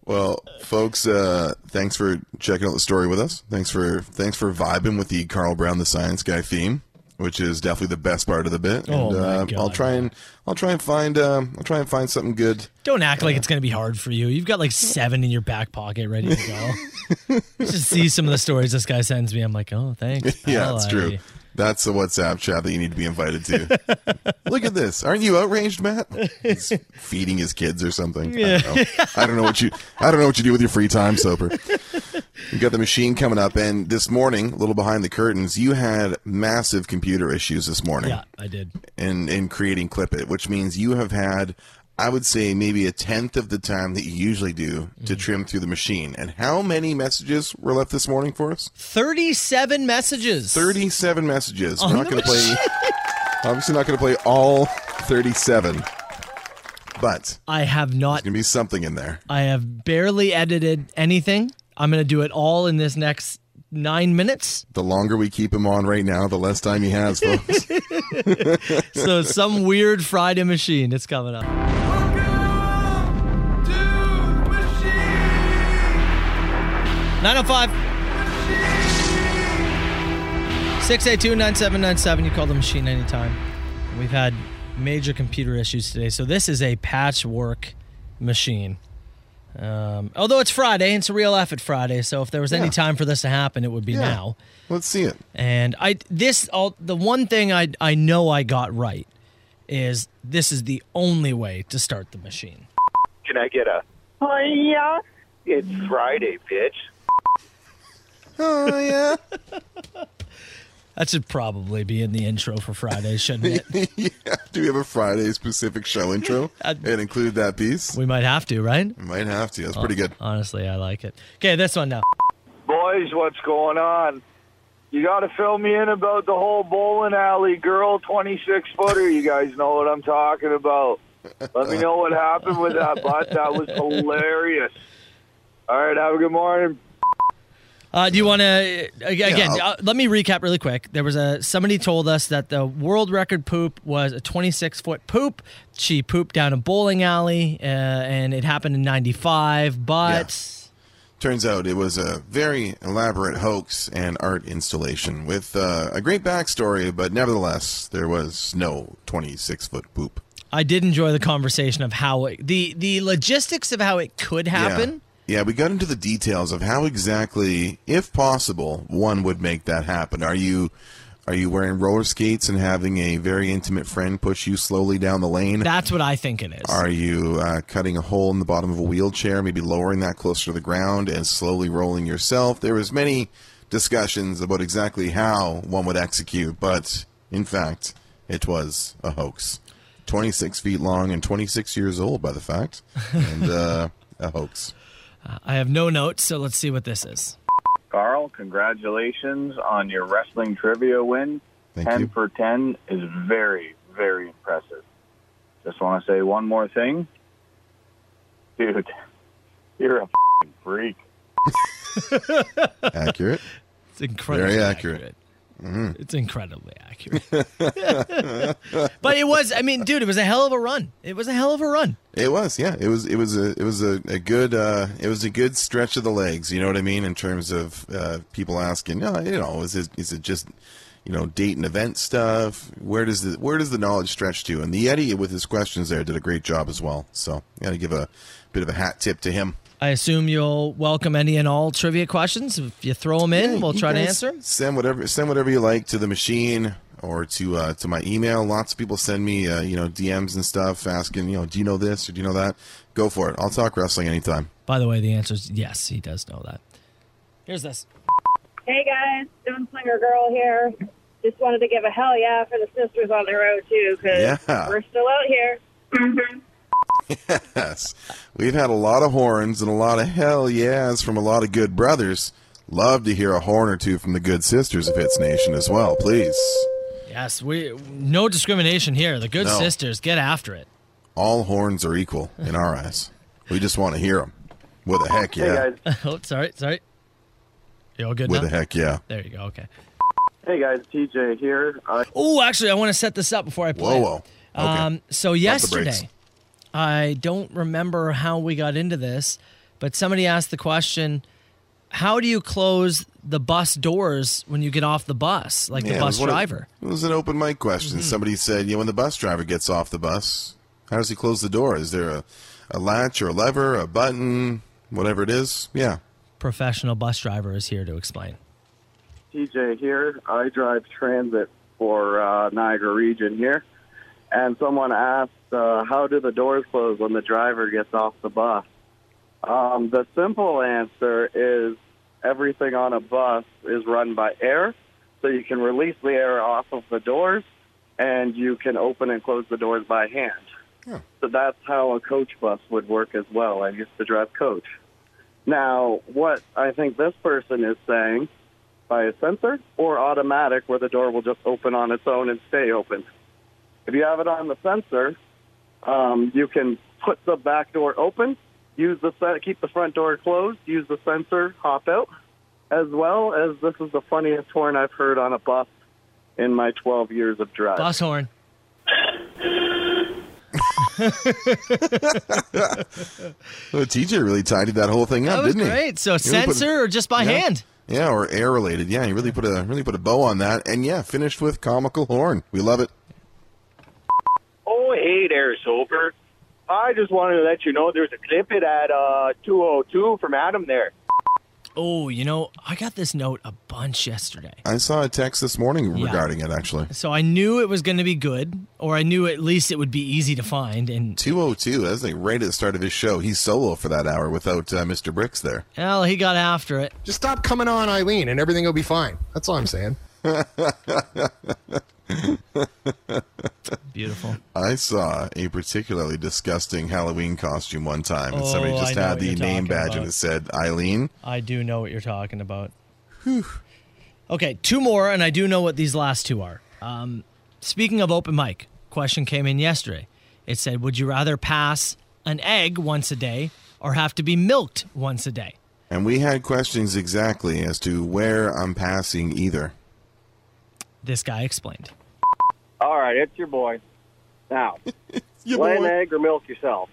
Speaker 6: Well, folks, uh, thanks for checking out the story with us. Thanks for thanks for vibing with the Carl Brown the Science Guy theme, which is definitely the best part of the bit.
Speaker 5: Oh
Speaker 6: and
Speaker 5: my
Speaker 6: uh, I'll
Speaker 5: God.
Speaker 6: try and I'll try and find um, I'll try and find something good.
Speaker 5: Don't act like it's going to be hard for you. You've got like seven in your back pocket ready to go. You should see some of the stories this guy sends me. I'm like, oh, thanks.
Speaker 6: *laughs* Yeah,
Speaker 5: pal.
Speaker 6: it's
Speaker 5: I-
Speaker 6: true. That's the WhatsApp chat that you need to be invited to. Look at this. Aren't you outraged, Matt? He's feeding his kids or something. I, don't know. I don't know what you I don't know what you do with your free time, Soper. You got the machine coming up and this morning, a little behind the curtains, you had massive computer issues this morning
Speaker 5: Yeah, I did.
Speaker 6: in in creating clip it which means you have had i would say maybe a tenth of the time that you usually do to trim through the machine and how many messages were left this morning for us
Speaker 5: 37 messages.
Speaker 6: 37 messages.
Speaker 5: On
Speaker 6: We're not
Speaker 5: the
Speaker 6: going to play. Obviously, not going to play all 37. But
Speaker 5: I have not
Speaker 6: going to be something in there.
Speaker 5: I have barely edited anything. I'm going to do it all in this next nine minutes.
Speaker 6: The longer we keep him on right now, the less time he has, folks.
Speaker 5: So, some weird Friday machine. It's coming up.
Speaker 9: Welcome to machine.
Speaker 5: 905. 682 9797. You call the machine anytime. We've had major computer issues today. So this is a patchwork machine. Um, although it's Friday, it's a real effort Friday. So if there was any
Speaker 6: Yeah.
Speaker 5: time for this to happen, it would be
Speaker 6: Yeah.
Speaker 5: now.
Speaker 6: Let's see it.
Speaker 5: And I this all the one thing I I know I got right is this is the only way to start the machine.
Speaker 11: Can I get a?
Speaker 8: Oh, yeah.
Speaker 11: It's Friday, bitch.
Speaker 6: Oh, yeah. *laughs*
Speaker 5: That should probably be in the intro for Friday, shouldn't it?
Speaker 6: Do we have a Friday specific show intro and include that piece? We
Speaker 5: might have to, right?
Speaker 6: Might have to. That's pretty good.
Speaker 5: Honestly, I like it. Okay, this one now.
Speaker 12: Boys, what's going on? You got to fill me in about the whole bowling alley girl 26 footer. You guys know what I'm talking about. Let me know what happened with that butt. That was hilarious. All right, have a good morning.
Speaker 5: Uh, do you want to again?
Speaker 12: Yeah,
Speaker 5: uh, let me recap really quick. There was a somebody told us that the world record poop was a 26 foot poop. She pooped down a bowling alley, uh, and it happened in '95. But
Speaker 6: Turns out it was a very elaborate hoax and art installation with uh, a great backstory, but nevertheless, there was no 26 foot poop.
Speaker 5: I did enjoy the conversation of how it, the the logistics of how it could happen.
Speaker 6: Yeah. yeah, we got into the details of how exactly, if possible, one would make that happen. Are you. Are you wearing roller skates and having a very intimate friend push you slowly down the lane?
Speaker 5: That's what I think it is.
Speaker 6: Are you uh, cutting a hole in the bottom of a wheelchair, maybe lowering that closer to the ground and slowly rolling yourself? There was many discussions about exactly how one would execute, but in fact, it was a hoax. 26 feet long and 26 years old, by the fact, and uh, a hoax.
Speaker 5: I have no notes, so let's see what this is.
Speaker 13: Carl, congratulations on your wrestling trivia win.
Speaker 6: Thank
Speaker 13: 10 *laughs* for 10 is very, very impressive. Just want to say one more thing. Dude, *laughs* you're a f***ing freak.
Speaker 6: Accurate.
Speaker 5: It's incredibly Mm-hmm.
Speaker 6: Very accurate.
Speaker 5: It's incredibly
Speaker 6: *laughs*
Speaker 5: accurate. *laughs* but it was, I mean, dude, it was a hell of a run. It was a hell of a run.
Speaker 6: It was, yeah. It was, it was a, it was a, a good, uh, it was a good stretch of the legs. You know what I mean? In terms of uh, people asking, no, you know, is it, is it just, you know, date and event stuff? Where does the, where does the knowledge stretch to? And the Yeti with his questions there did a great job as well. So, got to give a bit of a hat tip to him.
Speaker 5: I assume you'll welcome any and all trivia questions. If you throw them in, we'll
Speaker 6: You
Speaker 5: try to
Speaker 6: guys
Speaker 5: answer 'em.
Speaker 6: Send whatever send whatever you like to the machine or to uh, to my email. Lots of people send me uh, you know DMs and stuff asking you know do you know this or do you know that. Go for it. I'll talk wrestling anytime. *laughs*
Speaker 5: By the way, the answer is yes, he does know that. Here's this.
Speaker 14: Hey guys, Gunslinger Girl here. Just wanted to give a hell yeah for the sisters on the road too, 'cause
Speaker 6: Yeah.
Speaker 14: we're still out here.
Speaker 6: Yes, we've had a lot of horns and a lot of hell yeahs from a lot of good brothers. Love to hear a horn or two from the good sisters of Hits Nation as well, please.
Speaker 5: Yes, we no discrimination here. The good
Speaker 6: No.
Speaker 5: sisters, get after it.
Speaker 6: All horns are equal in our eyes. We just want to hear them. With a heck yeah.
Speaker 5: oh, sorry, sorry. You all good
Speaker 6: With
Speaker 5: now?
Speaker 6: a heck yeah.
Speaker 5: There you go. Okay.
Speaker 13: Hey guys, TJ here. I-
Speaker 5: Oh, actually, I want to set this up before I play.
Speaker 13: Whoa,
Speaker 5: it.
Speaker 13: whoa. Okay.
Speaker 5: Um, so
Speaker 13: Pump the brakes.
Speaker 5: yesterday, I don't remember how we got into this, but somebody asked the question, "How do you close the bus doors when you get off the bus, like
Speaker 6: Yeah,
Speaker 5: the
Speaker 6: it
Speaker 5: bus
Speaker 6: was one of-
Speaker 5: driver?" Mm-hmm.
Speaker 6: it was an open mic question. Somebody said, you know, when the bus driver gets off the bus, how does he close the door? Is there a, a latch or a lever, a button, whatever it is? Yeah.
Speaker 5: Professional bus driver is here to explain.
Speaker 13: TJ here. I drive transit for uh, Niagara region here. And someone asked, uh, how do the doors close when the driver gets off the bus? Um, the simple answer is everything on a bus is run by air. So you can release the air off of the doors and you can open and close the doors by hand. So that's how a coach bus would work as well. I used to drive coach. Now, what I think this person is saying by a sensor or automatic where the door will just open on its own and stay open. If you have it on the sensor, um, you can put the back door open, use the sen- keep the front door closed, use the sensor, hop out, as well as this is the funniest horn I've heard on a bus in my 12 years of
Speaker 6: Uh,
Speaker 13: drive.
Speaker 5: Bus horn.
Speaker 6: Well, TJ really tidied that whole thing up,
Speaker 5: That was
Speaker 6: didn't he?
Speaker 5: great. So
Speaker 6: He really put-
Speaker 5: sensor or just by hand?
Speaker 6: Yeah, or air related. Yeah, you really put a really put a bow on that. And yeah, finished with comical horn. We love it.
Speaker 15: Oh, hey there, Soper. I just wanted to let you know there's a clip it at uh, 202 from Adam there.
Speaker 5: Oh, you know, I got this note a bunch yesterday.
Speaker 6: I saw a text this morning
Speaker 5: Yeah.
Speaker 6: regarding it actually.
Speaker 5: So I knew it was going to be good, or I knew at least it would be easy to find. And,
Speaker 6: 202, that's like right at the start of his show. He's solo for that hour without uh, Mr. Bricks there.
Speaker 5: well, he got after it.
Speaker 16: Just stop coming on Eileen and everything will be fine. That's all I'm saying.
Speaker 5: Beautiful.
Speaker 6: I saw a particularly disgusting Halloween costume one time, and
Speaker 5: Oh,
Speaker 6: somebody
Speaker 5: I
Speaker 6: just
Speaker 5: know
Speaker 6: had
Speaker 5: what
Speaker 6: the
Speaker 5: you're
Speaker 6: name
Speaker 5: talking
Speaker 6: badge and
Speaker 5: about.
Speaker 6: it said Eileen.
Speaker 5: I do know what you're talking about. Okay, two more, and I do know what these last two are. Um, speaking of open mic, question came in yesterday. It said, "Would you rather pass an egg once a day or have to be milked once a day?"
Speaker 6: And we had questions exactly as to where I'm passing either.
Speaker 5: This guy explained.
Speaker 17: All right, it's your boy. Now,
Speaker 6: *laughs*
Speaker 5: your
Speaker 17: lay an
Speaker 5: boy.
Speaker 17: egg or milk yourself.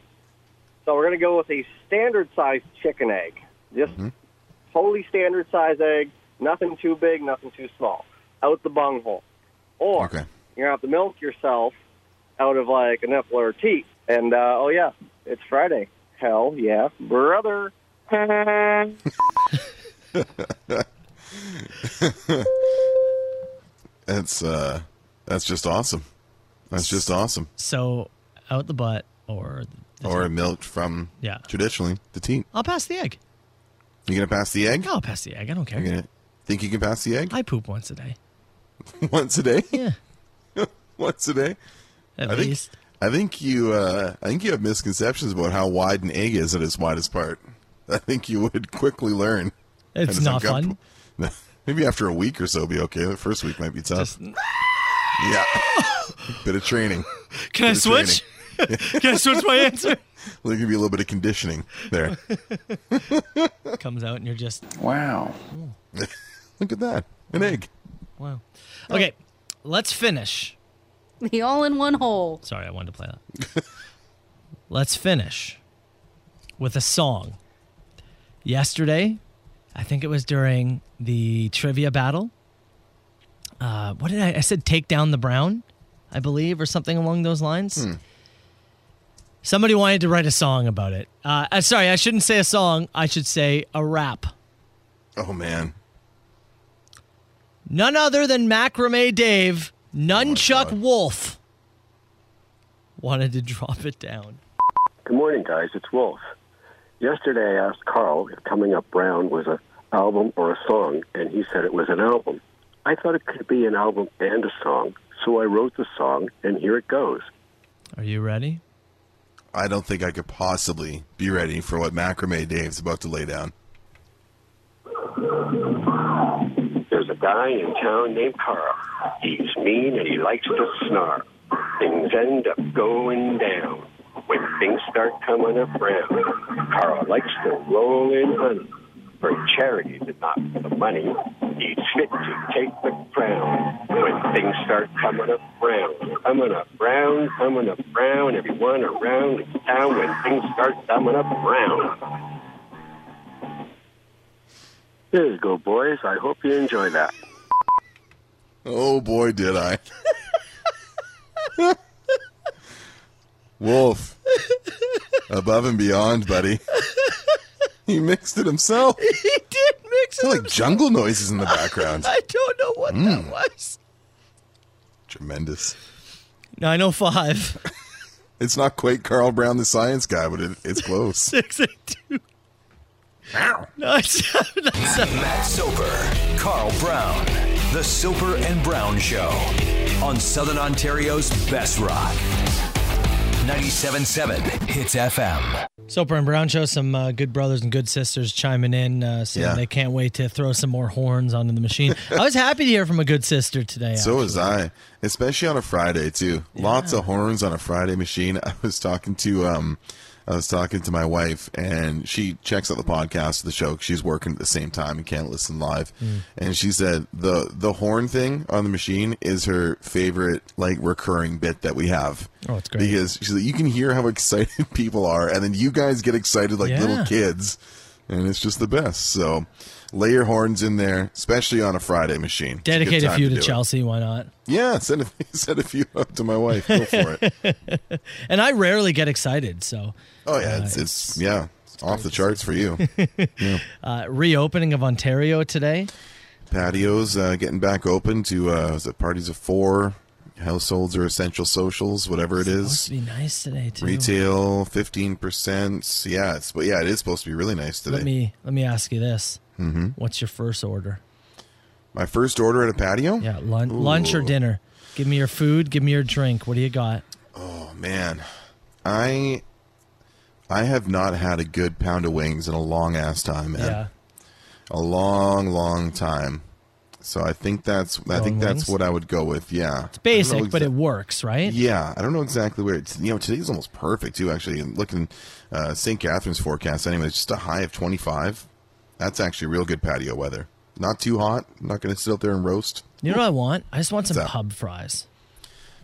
Speaker 17: So we're going to go with a standard sized chicken egg. Just totally standard size egg, nothing too big, nothing too small. Out the bunghole. Or you're going to have to milk yourself out of like a nipple or a teat. And uh, oh, yeah, it's Friday. Hell yeah, brother.
Speaker 6: That's uh, that's just awesome. That's just awesome.
Speaker 5: So, out the butt or the
Speaker 6: Or
Speaker 5: teat.
Speaker 6: milked from
Speaker 5: Yeah.
Speaker 6: traditionally the teat.
Speaker 5: I'll pass the egg.
Speaker 6: You gonna pass the egg?
Speaker 5: I'll pass the egg. I don't care.
Speaker 6: You gonna think you can pass the egg *laughs*
Speaker 5: I poop once a day.
Speaker 6: once a day? *laughs*
Speaker 5: Yeah.
Speaker 6: once a day.
Speaker 5: At
Speaker 6: I think,
Speaker 5: least.
Speaker 6: I think you. Uh, I think you have misconceptions about how wide an egg is at its widest part. *laughs* I think you would quickly learn. that
Speaker 5: It's not fun.
Speaker 6: uncomfortable. *laughs* Maybe after a week or so, it'll be okay. The first week might be tough. Yeah. *laughs* bit of training.
Speaker 5: *laughs* Can I
Speaker 6: Bit of
Speaker 5: switch?
Speaker 6: training.
Speaker 5: *laughs* Can I switch
Speaker 6: *laughs*
Speaker 5: my answer?
Speaker 6: There'll give you a little bit of conditioning there.
Speaker 5: Comes out and you're just
Speaker 6: Wow. Look at that. An egg.
Speaker 5: wow. Okay, let's finish.
Speaker 14: The all in one hole.
Speaker 5: Sorry, I wanted to play that. *laughs* Let's finish with a song. Yesterday, I think it was during the trivia battle. Uh, what did I? I said take down the brown, I believe, or something along those lines. Somebody wanted to write a song about it. Uh, uh, sorry, I shouldn't say a song. I should say a rap.
Speaker 6: Oh man.
Speaker 5: None other than Macrame Dave, Nunchuck Wolf, wanted to *laughs* drop it down.
Speaker 13: Good morning, guys. It's Wolf. Yesterday, I asked Carl if Coming Up Brown was a album or a song, and he said it was an album. I thought it could be an album and a song, so I wrote the song, and here it goes.
Speaker 5: Are you ready?
Speaker 6: I don't think I could possibly be ready for what Macrame Dave's about to lay down.
Speaker 13: There's a guy in town named Carl. He's mean and he likes to snarl. Things end up going down when things start coming up round. Carl likes to roll in honey for charity, but not for the money. He's fit to take the crown when things start coming up round. Coming up round, coming up round, everyone around the town when things start coming up round. There you go, boys. I hope you enjoy that.
Speaker 6: Oh boy, did I. Wolf. Above and beyond, buddy. He mixed it himself.
Speaker 5: *laughs* he did mix
Speaker 6: It's like jungle noises in the background.
Speaker 5: I don't know what
Speaker 6: Mm.
Speaker 5: that was.
Speaker 6: Tremendous.
Speaker 5: *laughs* 905
Speaker 6: It's not quite Carl Brown the science guy, but it, it's close.
Speaker 5: 682. No, it's
Speaker 4: Matt Soper, Carl Brown, The Soper and Brown Show on Southern Ontario's Best Rock. 97.7 Hits FM.
Speaker 5: *laughs* Soper and Brown show some uh, good brothers and good sisters chiming in, uh, saying
Speaker 6: Yeah.
Speaker 5: they can't wait to throw some more horns onto the machine. I was happy to hear from a good sister today. Uh,
Speaker 6: So was I, especially on a Friday too. Lots of horns on a Friday machine. *laughs* I was talking to um, I was talking to my wife, and she checks out the podcast of the show. 'cause She's working at the same time and can't listen live.
Speaker 18: Mm.
Speaker 6: And she said the the horn thing on the machine is her favorite like recurring bit that we have.
Speaker 5: Oh, it's
Speaker 6: *laughs*
Speaker 5: great.
Speaker 6: Because she's like, you can hear how excited people are, and then you guys get excited like
Speaker 5: Yeah.
Speaker 6: little kids and it's just the best. So lay your horns in there, especially on a Friday machine. It's a good
Speaker 5: Dedicate a
Speaker 6: time
Speaker 5: few to,
Speaker 6: do it.
Speaker 5: Chelsea. Why not?
Speaker 6: Yeah, send a, *laughs* send a few up to my wife. Go for
Speaker 5: *laughs*
Speaker 6: it.
Speaker 5: and I rarely get excited, so
Speaker 6: Oh yeah, it's, it's yeah, it's off the charts for
Speaker 5: *laughs*
Speaker 6: you. yeah.
Speaker 5: uh, reopening of Ontario today.
Speaker 6: Patios uh, getting back open to uh, was it parties of four, households or essential socials, whatever it
Speaker 5: Must
Speaker 6: is.
Speaker 5: be nice today too.
Speaker 6: Retail fifteen percent. Yeah, it's but yeah, it is supposed to be really nice today.
Speaker 5: Let me let me ask you this:
Speaker 6: mm-hmm.
Speaker 5: What's your first order?
Speaker 6: My first order at a patio?
Speaker 5: Yeah, lunch, Lunch or dinner? Give me your food. Give me your drink. What do you got?
Speaker 6: Oh man, I I have not had a good pound of wings in a long ass time, man.
Speaker 5: Yeah.
Speaker 6: A long, long time. So I think that's I
Speaker 5: Going
Speaker 6: think that's
Speaker 5: wings?
Speaker 6: what I would go with. Yeah. It's
Speaker 5: Basic, but it works, right?
Speaker 6: Yeah, I don't know exactly where it's. You know, today's almost perfect too. Actually, And looking uh, St. Catherine's forecast anyway, it's just a high of 25. That's actually real good patio weather. Not too hot. not going to sit out there and roast.
Speaker 5: You know what I want? I just want some
Speaker 6: What's that?
Speaker 5: pub fries.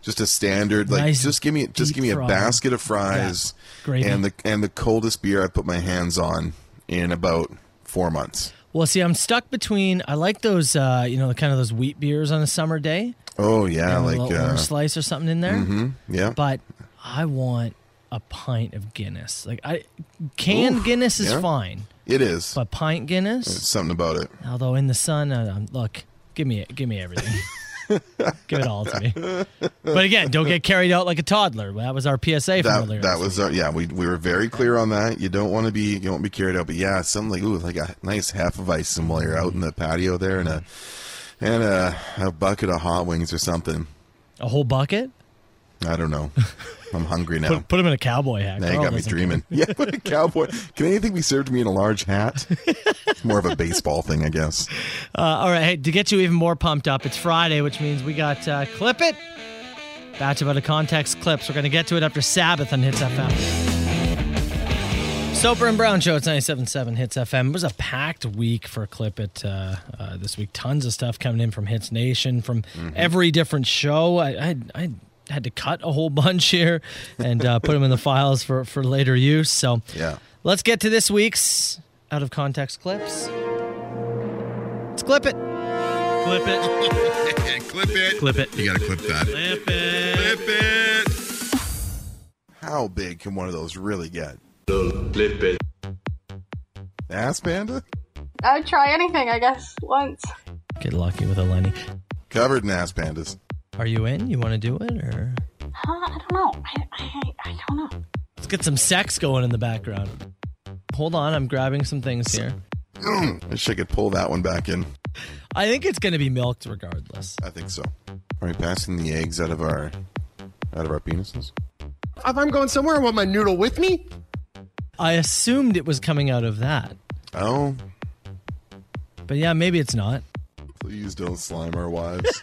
Speaker 6: Just a standard, like
Speaker 5: Nice
Speaker 6: just give me just
Speaker 5: deep
Speaker 6: give me a
Speaker 5: fry.
Speaker 6: basket of fries
Speaker 5: Yeah, gravy.
Speaker 6: and the and the coldest beer I put my hands on in about four months.
Speaker 5: Well, see, I'm stuck between. I like those, uh, you know, kind of those wheat beers on a summer day.
Speaker 6: Oh yeah,
Speaker 5: And a
Speaker 6: like
Speaker 5: little
Speaker 6: uh,
Speaker 5: orange slice or something in there.
Speaker 6: Mm-hmm, yeah,
Speaker 5: But I want a pint of Guinness. Like I, canned
Speaker 6: Oof,
Speaker 5: Guinness is
Speaker 6: yeah.
Speaker 5: fine.
Speaker 6: it is.
Speaker 5: But pint
Speaker 6: It's
Speaker 5: Guinness,
Speaker 6: something about it.
Speaker 5: although in the sun, I, I'm, look, give me it, give
Speaker 6: *laughs*
Speaker 5: me everything, give it all to me. But again, don't get carried out like a toddler. That was our PSA from earlier.
Speaker 6: that, that was our, yeah we, we were very clear on that you don't want to be you don't be carried out but yeah something like ooh like a nice half of ice and while you're out in the patio there and a and a, a bucket of hot wings or something
Speaker 5: a whole bucket.
Speaker 6: I don't know I'm hungry now
Speaker 5: Put, put him in a cowboy hat.
Speaker 6: now you
Speaker 5: Carl
Speaker 6: got me
Speaker 5: doesn't
Speaker 6: dreaming *laughs* yeah but a cowboy can anything be served to me in a large hat It's more of a baseball thing I guess
Speaker 5: Uh, all right, hey, to get you even more pumped up, it's Friday, which means we got uh, Clip It, batch of out of context clips. We're going to get to it after Sabbath on Hits FM. Soper and Brown Show, it's 97.7 Hits FM. It was a packed week for Clip It uh, uh, this week. Tons of stuff coming in from Hits Nation, from every different show. I, I, I had to cut a whole *laughs* bunch here and uh, put them in the files for, for later use. So
Speaker 6: yeah
Speaker 5: let's get to this week's out of context clips. Let's clip it. Clip
Speaker 6: it. clip it.
Speaker 5: Clip it.
Speaker 6: You gotta clip that.
Speaker 5: Clip it.
Speaker 6: Clip it. How big can one of those really get? Clip it. Ass panda?
Speaker 19: I'd try anything, I guess, once.
Speaker 5: Get lucky with a Lenny.
Speaker 6: Covered in ass pandas. *clears throat*
Speaker 5: Are you in? You want to do it or?
Speaker 19: Huh? I don't know. I, I, I don't know.
Speaker 5: Let's get some sex going in the background. Hold on, I'm grabbing some things here.
Speaker 6: I wish I could pull that one back in.
Speaker 5: I think it's going to be milked regardless.
Speaker 6: I think so. Are we passing the eggs out of our out of our penises?
Speaker 20: If I'm going somewhere, I want my noodle with me.
Speaker 5: I assumed it was coming out of that,
Speaker 6: Oh,
Speaker 5: but yeah, maybe it's not. *laughs*
Speaker 6: please don't slime our wives.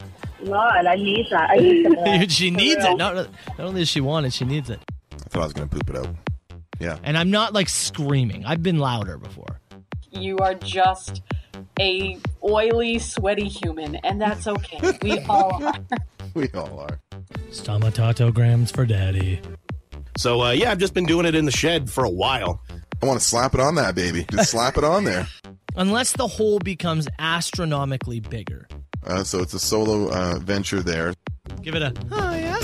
Speaker 6: *laughs*
Speaker 19: God, I need that. I need some of that.
Speaker 5: she
Speaker 19: For
Speaker 5: needs
Speaker 19: real.
Speaker 5: it. Not, not only does she want it, she needs it.
Speaker 6: I thought I was gonna poop it out. *laughs* Yeah.
Speaker 5: And I'm not like screaming. I've been louder before.
Speaker 21: You are just a oily, sweaty human, and that's okay. We all are.
Speaker 6: We all are.
Speaker 5: Stomatograms for daddy.
Speaker 22: So uh, yeah, I've just been doing it in the shed for a while.
Speaker 6: I want to slap it on that baby. Just slap it on there.
Speaker 5: Unless the hole becomes astronomically bigger.
Speaker 6: Uh, so it's a solo uh, venture there. *laughs*
Speaker 5: Give it a. Oh yeah.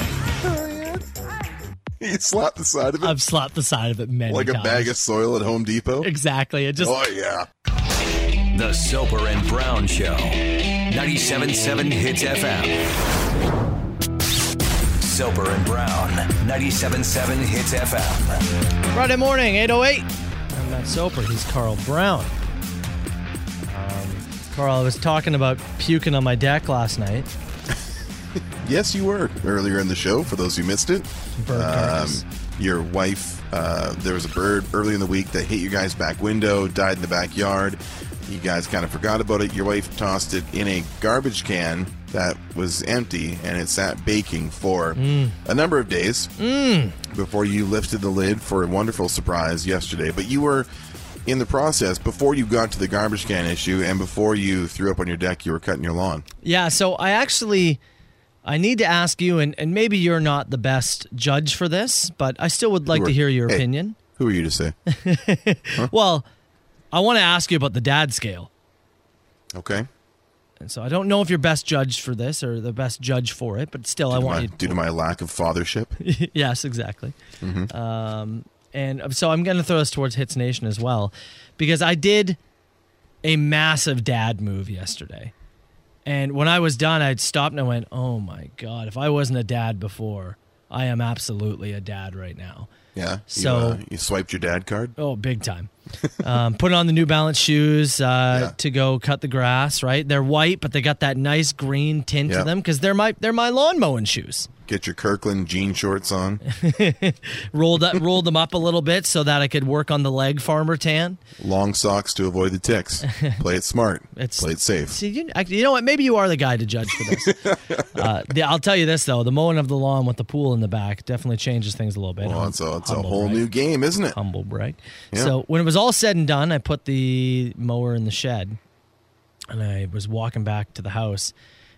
Speaker 6: You slapped the side of it.
Speaker 5: I've slapped the side of it many
Speaker 6: Like a
Speaker 5: times.
Speaker 6: bag of soil at Home Depot.
Speaker 5: Exactly. It just.
Speaker 6: Oh yeah.
Speaker 4: The Soper and Brown Show. 97.7 Hits FM. Soper and Brown. 97.7 Hits FM.
Speaker 5: Friday morning, 808. I'm Matt Soper. He's Carl Brown. Um, Carl, I was talking about puking on my deck last night.
Speaker 6: Yes, you were earlier in the show. For those who missed it,
Speaker 5: Bird carcass.
Speaker 6: your wife, uh, there was a bird early in the week that hit your guys' back window, died in the backyard. You guys kind of forgot about it. Your wife tossed it in a garbage can that was empty, and it sat baking for
Speaker 5: Mm.
Speaker 6: a number of days before you lifted the lid for a wonderful surprise yesterday. But you were in the process before you got to the garbage can issue, and before you threw up on your deck, you were cutting your lawn.
Speaker 5: Yeah, so I actually I need to ask you, and, and maybe you're not the best judge for this, but I still would like
Speaker 6: Who
Speaker 5: to
Speaker 6: are-
Speaker 5: hear your *laughs*
Speaker 6: hey,
Speaker 5: opinion.
Speaker 6: Who are you to say?
Speaker 5: Well, I want to ask you about the dad scale.
Speaker 6: Okay.
Speaker 5: And so I don't know if you're best judge for this or the best judge for it, but still, I want you.
Speaker 6: due to my lack of
Speaker 5: *laughs*
Speaker 6: fathership.
Speaker 5: yes, exactly.
Speaker 6: Mhm.
Speaker 5: Um, and so I'm going to throw this towards Hits Nation as well, because I did a massive dad move yesterday. And when I was done, I'd stopped and I went, oh my God, if I wasn't a dad before, I am absolutely a dad right now.
Speaker 6: Yeah.
Speaker 5: So-
Speaker 6: you, uh, you swiped your dad card.
Speaker 5: Oh, big time. um, put on the New Balance shoes uh, to go cut the grass, right? They're white, but they got that nice green tint
Speaker 6: Yeah.
Speaker 5: to them because they're my, they're my lawn mowing shoes.
Speaker 6: Get your Kirkland jean shorts
Speaker 5: *laughs*
Speaker 6: on.
Speaker 5: rolled up, rolled them up a little bit so that I could work on the leg farmer tan.
Speaker 6: Long socks to avoid the ticks. Play it
Speaker 5: *laughs*
Speaker 6: smart. Play it safe.
Speaker 5: See, you, actually, you know what? Maybe you are the guy to judge for this.
Speaker 6: *laughs*
Speaker 5: uh, the, I'll tell you this though: the mowing of the lawn with the pool in the back definitely changes things a little bit.
Speaker 6: Well,
Speaker 5: Hum-
Speaker 6: it's a, it's a
Speaker 5: humble
Speaker 6: whole
Speaker 5: brag.
Speaker 6: new game, isn't it?
Speaker 5: Humble brag.
Speaker 6: Yeah.
Speaker 5: So when it was all said and done, I put the mower in the shed, and I was walking back to the house,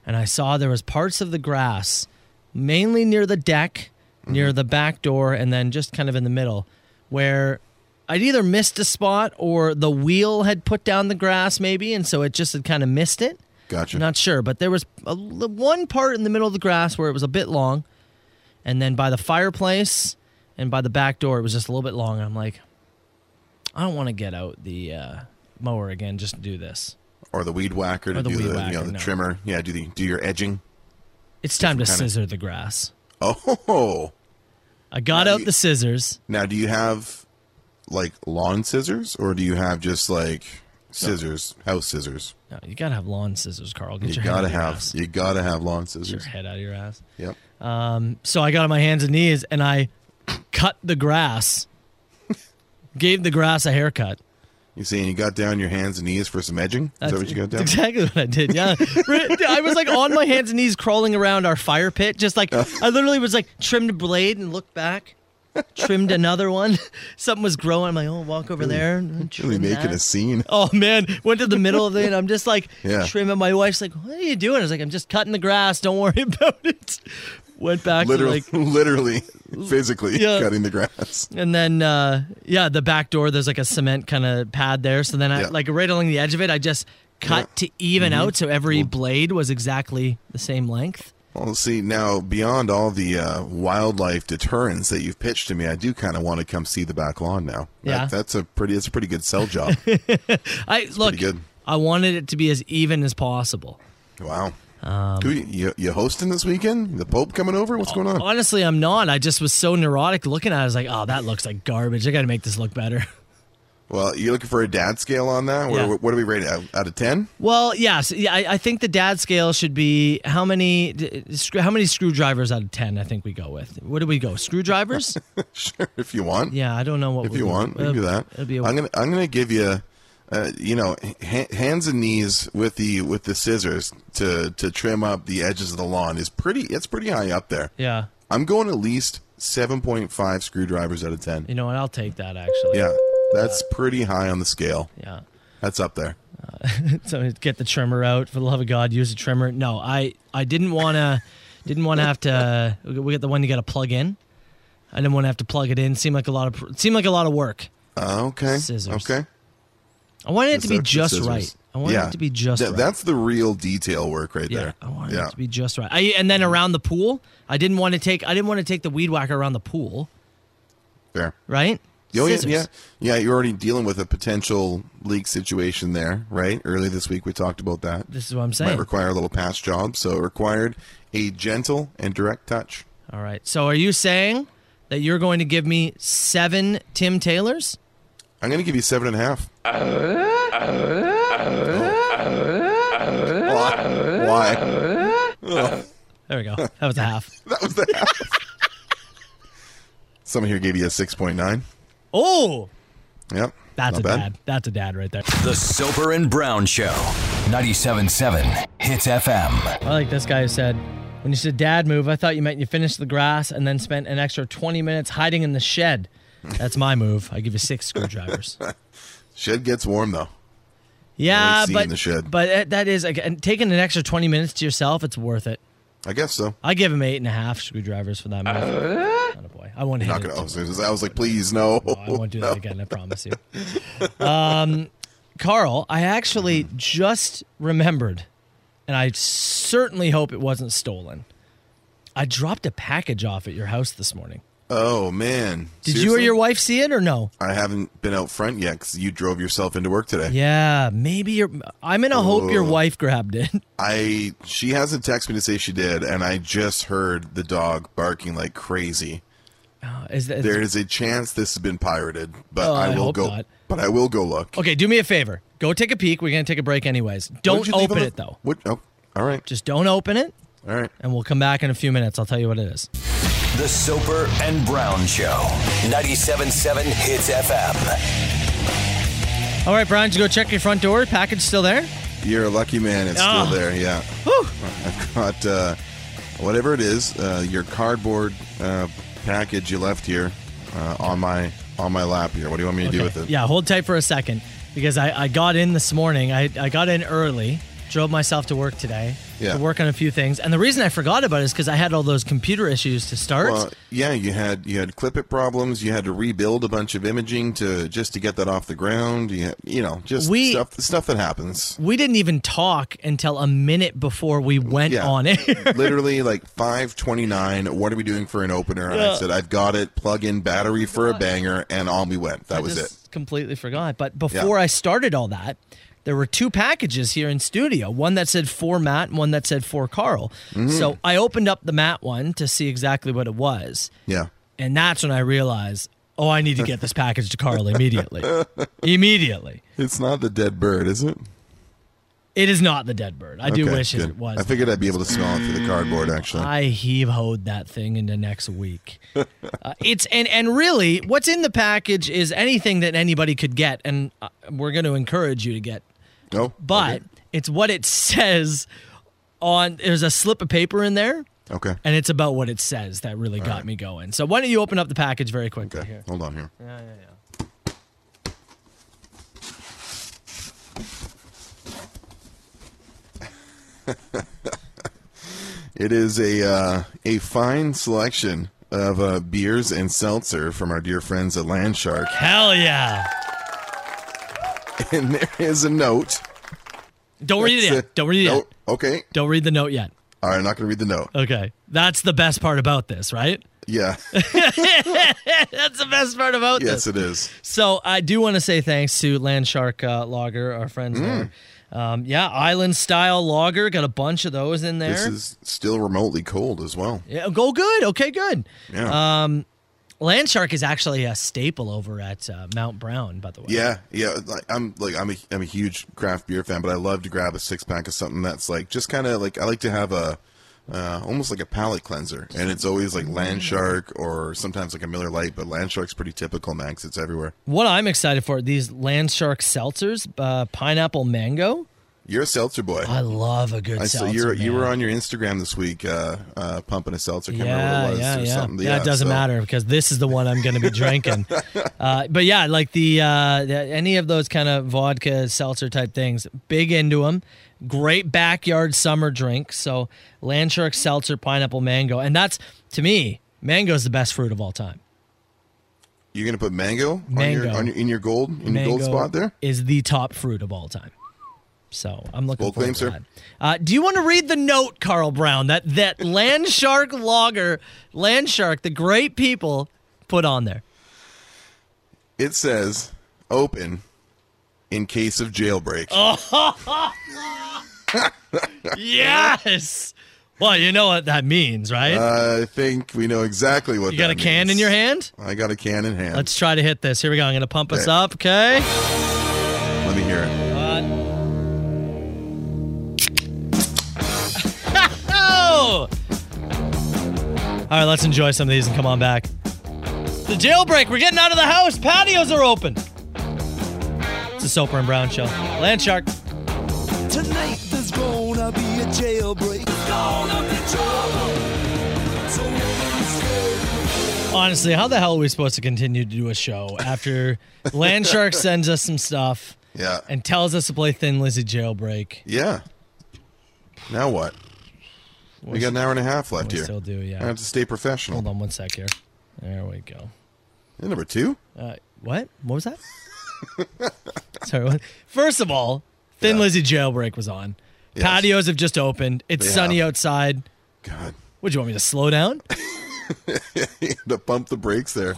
Speaker 5: and I saw there was parts of the grass, mainly near the deck, near the back door, and then just kind of in the middle, where I'd either missed a spot or the wheel had put down the grass, maybe, and so it just had kind of missed it.
Speaker 6: Gotcha.
Speaker 5: Not sure, but there was a, l- one part in the middle of the grass where it was a bit long, and then by the fireplace and by the back door, it was just a little bit long. I'm like, I don't want to get out the uh, mower again just to do this.
Speaker 6: Or the weed whacker to
Speaker 5: Or the
Speaker 6: do
Speaker 5: weed
Speaker 6: the, you
Speaker 5: whacker,
Speaker 6: know, the
Speaker 5: no.
Speaker 6: trimmer. Yeah, do the do your edging. *laughs*
Speaker 5: It's time to
Speaker 6: Different kinda-
Speaker 5: scissor the grass.
Speaker 6: Oh.
Speaker 5: I got out the scissors.
Speaker 6: Now, do you have like lawn scissors, or do you have just like scissors, house scissors?
Speaker 5: No, you gotta have lawn scissors, Carl. Get
Speaker 6: You
Speaker 5: your
Speaker 6: gotta
Speaker 5: head out of your
Speaker 6: have
Speaker 5: ass.
Speaker 6: you gotta have lawn
Speaker 5: Get your
Speaker 6: scissors.
Speaker 5: head out of your ass.
Speaker 6: Yep.
Speaker 5: Um, so I got on my hands and knees and I cut
Speaker 6: *laughs*
Speaker 5: the grass. Gave the grass a haircut.
Speaker 6: You saying you got down on your hands and knees for some edging? Is that what you got down?
Speaker 5: That's exactly what I did. Yeah, Right, I was like on my hands and knees, crawling around our fire pit, just like I literally was like trimmed a blade and looked back, trimmed another one. *laughs* Something was growing. I'm like, oh, walk over there. And trim
Speaker 6: Really making
Speaker 5: that.
Speaker 6: a
Speaker 5: *laughs*
Speaker 6: scene.
Speaker 5: Oh man, went to the middle of it. and I'm just like
Speaker 6: Yeah.
Speaker 5: trimming. My wife's like, "What are you doing?" I was like, "I'm just cutting the grass. Don't worry *laughs* about it." Went back
Speaker 6: Literally,
Speaker 5: to like,
Speaker 6: *laughs* literally, physically
Speaker 5: Yeah.
Speaker 6: cutting the grass.
Speaker 5: and then uh, yeah, the back door. There's like a cement kind of pad there. So then I
Speaker 6: Yeah.
Speaker 5: like right along the edge of it, I just cut to even
Speaker 6: Mhm.
Speaker 5: out, so every blade was exactly the same length.
Speaker 6: Well, see now beyond all the uh, wildlife deterrents that you've pitched to me, I do kind of want to come see the back lawn now. That-
Speaker 5: Yeah.
Speaker 6: that's a pretty that's a pretty good sell
Speaker 5: *laughs*
Speaker 6: job.
Speaker 5: I look.
Speaker 6: pretty good.
Speaker 5: I wanted it to be as even
Speaker 6: *laughs*
Speaker 5: as possible.
Speaker 6: wow.
Speaker 5: Um,
Speaker 6: Who you, you, you hosting this weekend? The Pope coming over?
Speaker 5: Oh,
Speaker 6: What's going on?
Speaker 5: Honestly, I'm not. I just was so neurotic looking at. it. I was like, "Oh, that looks like garbage. I got to make this look better." *laughs*
Speaker 6: Well, you looking for a dad scale on that? Where,
Speaker 5: Yeah.
Speaker 6: What do we rate it out, out of ten? *laughs*
Speaker 5: Well, yes, yeah, I, I think the dad scale should be how many d- screw- how many screwdrivers out of ten? I think we go with. What do we
Speaker 6: *laughs*
Speaker 5: go? Screwdrivers?
Speaker 6: sure, if you want.
Speaker 5: Yeah, I don't know what.
Speaker 6: if
Speaker 5: we
Speaker 6: you
Speaker 5: would- uh,
Speaker 6: want, we can do that.
Speaker 5: It'll be a-
Speaker 6: I'm gonna I'm gonna give you, uh, you know, ha- hands and knees with the with the scissors to to trim up the edges of the lawn is pretty. It's pretty high up there.
Speaker 5: Yeah,
Speaker 6: I'm going at least seven point five screwdrivers out of ten.
Speaker 5: you know what? I'll take that actually.
Speaker 6: Yeah, that's pretty high on the scale.
Speaker 5: Yeah. *laughs*
Speaker 6: That's up there.
Speaker 5: so get the trimmer out for the love of God. Use a trimmer. No, I I didn't want to didn't want to have to. We got the one you got to plug in. I didn't want to have to plug it in. Seemed like a lot of pr- seemed like a lot of work.
Speaker 6: Uh, okay.
Speaker 5: Scissors.
Speaker 6: Okay.
Speaker 5: I wanted it to be
Speaker 6: Scissors,
Speaker 5: just
Speaker 6: scissors.
Speaker 5: right. I wanted
Speaker 6: Yeah.
Speaker 5: it to be just
Speaker 6: That-
Speaker 5: right.
Speaker 6: That's the real detail work right
Speaker 5: Yeah,
Speaker 6: there.
Speaker 5: I wanted it to be just right. I, and then around the pool, I didn't want to take I didn't want to take the weed whacker around the pool,
Speaker 6: Fair.
Speaker 5: right?
Speaker 6: Oh, yeah,
Speaker 5: Scissors.
Speaker 6: yeah, yeah. You're already dealing with a potential leak situation there, right? Early this week, we talked about that.
Speaker 5: This is what I'm saying.
Speaker 6: Might require a little patch job, so it required a gentle and direct touch.
Speaker 5: All right. So are you saying that you're going to give me seven Tim Taylors?
Speaker 6: I'm going to give you seven and a half. Why? Why?
Speaker 5: There
Speaker 6: *laughs*
Speaker 5: we go. That was a half.
Speaker 6: that was the half. Someone here gave you a six point nine.
Speaker 5: Oh,
Speaker 6: Yep.
Speaker 5: that's
Speaker 6: not
Speaker 5: a dad. That's a dad right there.
Speaker 4: The Soper and Brown Show, 97.7 Hits FM.
Speaker 5: I like this guy who said, when you said dad move, I thought you meant you finished the grass and then spent an extra 20 minutes hiding in the shed. That's my move. I give you six
Speaker 6: *laughs*
Speaker 5: screwdrivers.
Speaker 6: Shed gets warm though.
Speaker 5: Yeah,
Speaker 6: see
Speaker 5: but
Speaker 6: in the shed.
Speaker 5: but it- that is again, taking an extra 20 minutes to yourself. It's worth it.
Speaker 6: I guess so.
Speaker 5: I give him eight and a half screwdrivers for that move. Not a boy. I won't hit
Speaker 6: Uh, Not
Speaker 5: it.
Speaker 6: gonna, I was I was like, please no.
Speaker 5: I won't do that again. I promise you. Um, Carl, I actually
Speaker 6: Mm-hmm.
Speaker 5: just remembered, and I certainly hope it wasn't stolen. I dropped a package off at your house this morning.
Speaker 6: Oh man!
Speaker 5: Did you or your wife see it or no?
Speaker 6: I haven't been out front yet because you drove yourself into work today.
Speaker 5: Yeah, maybe your. I'm in a hope your
Speaker 6: Oh.
Speaker 5: wife grabbed it. *laughs*
Speaker 6: I she hasn't texted me to say she did, and I just heard the dog barking like crazy.
Speaker 5: Uh, Is that,
Speaker 6: there is a chance this has been pirated, but
Speaker 5: Oh,
Speaker 6: I
Speaker 5: I
Speaker 6: will
Speaker 5: hope
Speaker 6: go.
Speaker 5: not.
Speaker 6: But I will go look.
Speaker 5: Okay, do me a favor. Go take a peek. We're gonna take a break anyways.
Speaker 6: did
Speaker 5: Don't
Speaker 6: you leave
Speaker 5: open
Speaker 6: on
Speaker 5: it
Speaker 6: the-
Speaker 5: though.
Speaker 6: What? Oh, all right.
Speaker 5: Just don't open it.
Speaker 6: All right.
Speaker 5: And we'll come back in a few minutes. I'll tell you what it is.
Speaker 4: The Soper and Brown Show. 97.7 Hits FM.
Speaker 5: All right, Brian, you go check your front door. Package still there?
Speaker 6: You're a lucky man. It's
Speaker 5: Oh.
Speaker 6: still there.
Speaker 5: *sighs*
Speaker 6: Yeah. I've got uh, whatever it is, uh, your cardboard uh, package you left here uh, on my on my lap here. What do you want me to do
Speaker 5: Okay.
Speaker 6: with it?
Speaker 5: Yeah, hold tight for a second because I, I got in this morning. I, I got in early, drove myself to work today
Speaker 6: Yeah.
Speaker 5: to work on a few things. And the reason I forgot about it is because I had all those computer issues to start.
Speaker 6: Well, yeah, you had you had clip it problems. You had to rebuild a bunch of imaging to just to get that off the ground. You, had- you know, just
Speaker 5: We-
Speaker 6: stuff stuff that happens.
Speaker 5: we didn't even talk until a minute before we went
Speaker 6: Yeah.
Speaker 5: on it. *laughs*
Speaker 6: Literally like five twenty nine. What are we doing for an opener? And I
Speaker 5: Yeah.
Speaker 6: said I've got it. Plug in battery for a banger, and on we went. That was it.
Speaker 5: Completely forgot. But before I started all that, there were two packages here in studio. One that said for Matt and one that said for Carl.
Speaker 6: Mhm.
Speaker 5: So I opened up the Matt one to see exactly what it was.
Speaker 6: Yeah.
Speaker 5: And that's when I realized, oh, I need to
Speaker 6: *laughs*
Speaker 5: get this package to Carl immediately. immediately.
Speaker 6: It's not the dead bird, is it?
Speaker 5: It is not the dead bird. I do
Speaker 6: Okay,
Speaker 5: wish it
Speaker 6: good.
Speaker 5: was.
Speaker 6: I figured I'd be able to smell it through the cardboard. Actually,
Speaker 5: I heave hoed that thing into next week. uh, it's and and really, what's in the package is anything that anybody could get, and uh, we're going to encourage you to get.
Speaker 6: No,
Speaker 5: but it's what it says on. There's a slip of paper in there,
Speaker 6: okay.
Speaker 5: and it's about what it says that really got me going. So why don't you open up the package very quickly here?
Speaker 6: Hold on here.
Speaker 5: Yeah, yeah, yeah.
Speaker 6: *laughs* It is a uh, a fine selection of uh, beers and seltzer from our dear friends at Landshark.
Speaker 5: Hell yeah!
Speaker 6: *laughs* And there is a note.
Speaker 5: Don't read it
Speaker 6: That's
Speaker 5: yet. Don't read it
Speaker 6: Nope. Okay.
Speaker 5: Don't read the note yet.
Speaker 6: All right, I'm not going to read the note.
Speaker 5: yet. Okay, that's the best part about this, right?
Speaker 6: Yeah. *laughs*
Speaker 5: That's the best part about
Speaker 6: yes,
Speaker 5: this.
Speaker 6: it is.
Speaker 5: So I do want to say thanks to Landshark uh, Lager, our friends
Speaker 6: Mm.
Speaker 5: there. Um, yeah, island style lager. Got a bunch of those in there.
Speaker 6: This is still remotely cold as well.
Speaker 5: yeah, go good. Okay, good.
Speaker 6: Yeah.
Speaker 5: Um, Landshark is actually a staple over at uh, Mount Brown, by the way.
Speaker 6: Yeah, yeah. Like I'm like I'm a I'm a huge craft beer fan, but I love to grab a six pack of something that's like just kind of like I like to have a uh, almost like a palate cleanser, and it's always like Landshark or sometimes like a Miller Lite, but Landshark's pretty typical, man, 'cause it's everywhere.
Speaker 5: What I'm excited for these Landshark seltzers, uh, pineapple mango.
Speaker 6: You're a seltzer boy.
Speaker 5: I love a good
Speaker 6: I saw
Speaker 5: seltzer.
Speaker 6: you you
Speaker 5: man.
Speaker 6: were on your Instagram this week, uh, uh, pumping a seltzer. Can't remember
Speaker 5: Yeah,
Speaker 6: what it was
Speaker 5: yeah,
Speaker 6: or
Speaker 5: yeah.
Speaker 6: something.
Speaker 5: yeah, it doesn't
Speaker 6: so-
Speaker 5: matter because this is the one I'm going to be
Speaker 6: *laughs*
Speaker 5: drinking. uh, but yeah, like the, uh, the any of those kind of vodka seltzer type things, big into them. Great backyard summer drink. So Landshark seltzer, pineapple mango, and that's to me, mango is the best fruit of all time.
Speaker 6: You're gonna put mango, on
Speaker 5: Mango.
Speaker 6: your, on your, in your gold in your gold
Speaker 5: Mango
Speaker 6: spot there.
Speaker 5: is the top fruit of all time. So I'm looking
Speaker 6: Bold
Speaker 5: forward
Speaker 6: claim, sir.
Speaker 5: to that. Uh, do you want to read the note, Carl Brown, that that *laughs* Landshark Logger, Landshark, the great people put on there?
Speaker 6: It says open in case of jailbreak.
Speaker 5: Oh, yes. Well, you know what that means, right?
Speaker 6: I think we know exactly what
Speaker 5: you got a
Speaker 6: Uh, that
Speaker 5: can in
Speaker 6: means.
Speaker 5: your hand?
Speaker 6: I got a can in hand.
Speaker 5: Let's try to hit this. Here we go. I'm going to pump us
Speaker 6: Okay.
Speaker 5: up, okay?
Speaker 6: Let me hear it.
Speaker 5: Uh, oh! *laughs* All right, let's enjoy some of these and come on back. The jailbreak. We're getting out of the house. Patios are open. It's the Soper and Brown Show. Landshark.
Speaker 9: Tonight there's gonna be a jailbreak. gonna be trouble. So
Speaker 5: Honestly, how the hell are we supposed to continue to do a show after Landshark sends us some stuff
Speaker 6: Yeah.
Speaker 5: and tells us to play Thin Lizzy Jailbreak?
Speaker 6: Yeah. Now what? we got an hour and a half left
Speaker 5: we
Speaker 6: here.
Speaker 5: still do, yeah.
Speaker 6: I have to stay professional.
Speaker 5: Hold on one sec here. There we go.
Speaker 6: Number two. *laughs*
Speaker 5: Uh, what? What was that? Sorry. what? First of all, Thin Lizzy jailbreak was on.
Speaker 6: Yes.
Speaker 5: Patios have just opened. It's
Speaker 6: They
Speaker 5: sunny
Speaker 6: have.
Speaker 5: outside.
Speaker 6: God. *laughs*
Speaker 5: Would you want me to slow down?
Speaker 6: to pump the brakes there.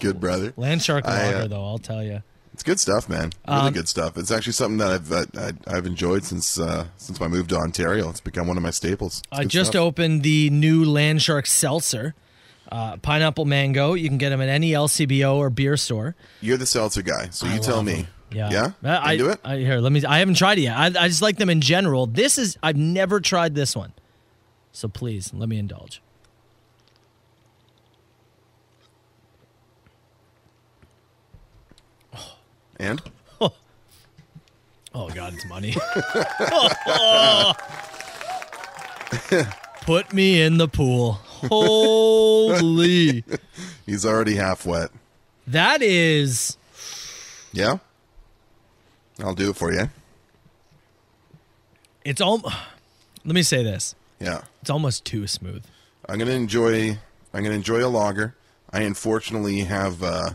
Speaker 6: Good
Speaker 5: *sighs*
Speaker 6: brother.
Speaker 5: Land Shark
Speaker 6: I, uh,
Speaker 5: Lager, though, I'll tell you.
Speaker 6: It's good stuff, man. Really
Speaker 5: Um,
Speaker 6: good stuff. It's actually something that I've uh, I, I've enjoyed since uh, since I moved to Ontario. It's become one of my staples. It's
Speaker 5: I
Speaker 6: good
Speaker 5: just
Speaker 6: stuff.
Speaker 5: opened the new Land Shark Seltzer, uh, pineapple mango. You can get them at any LCBO or beer store.
Speaker 6: You're the seltzer guy, so you tell me.
Speaker 5: Yeah.
Speaker 6: Yeah.
Speaker 5: Uh, I
Speaker 6: Into it?
Speaker 5: I, here, let me. I haven't tried it yet. I, I just like them in general. This is. I've never tried this one, so please let me indulge.
Speaker 6: And
Speaker 5: Oh God, it's money. *laughs* Oh. Put me in the pool. Holy.
Speaker 6: he's already half wet.
Speaker 5: That is.
Speaker 6: Yeah. I'll do it for you.
Speaker 5: It's all. Let me say this.
Speaker 6: Yeah.
Speaker 5: It's almost too smooth.
Speaker 6: I'm gonna enjoy. I'm gonna enjoy a lager. I unfortunately have uh,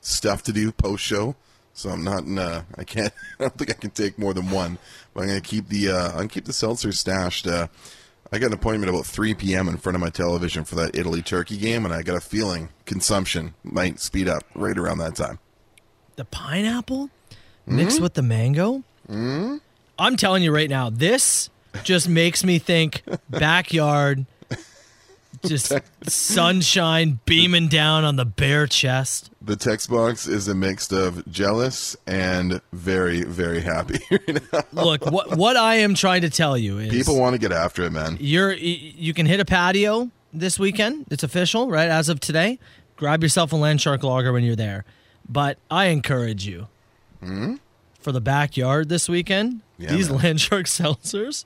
Speaker 6: stuff to do post show, so I'm not. In a, I can't. *laughs* I don't think I can take more than one. But I'm gonna keep the. Uh, I'm gonna keep the seltzer stashed. Uh, I got an appointment about 3 p.m. in front of my television for that Italy Turkey game, and I got a feeling consumption might speed up right around that time.
Speaker 5: The pineapple mixed
Speaker 6: Mhm.
Speaker 5: with the mango.
Speaker 6: Mm-hmm.
Speaker 5: Mm? I'm telling you right now, this just makes me think backyard, just sunshine beaming down on the bare chest.
Speaker 6: The text box is a mix of jealous and very, very happy. *laughs*
Speaker 5: Look, what what I am trying to tell you is
Speaker 6: People want to get after it, man.
Speaker 5: You're y- you can hit a patio this weekend. It's official, right? As of today, grab yourself a land shark logger when you're there. But I encourage you for the backyard this weekend.
Speaker 6: Mm-hmm. Yeah,
Speaker 5: these
Speaker 6: man.
Speaker 5: land shark *laughs* seltzers.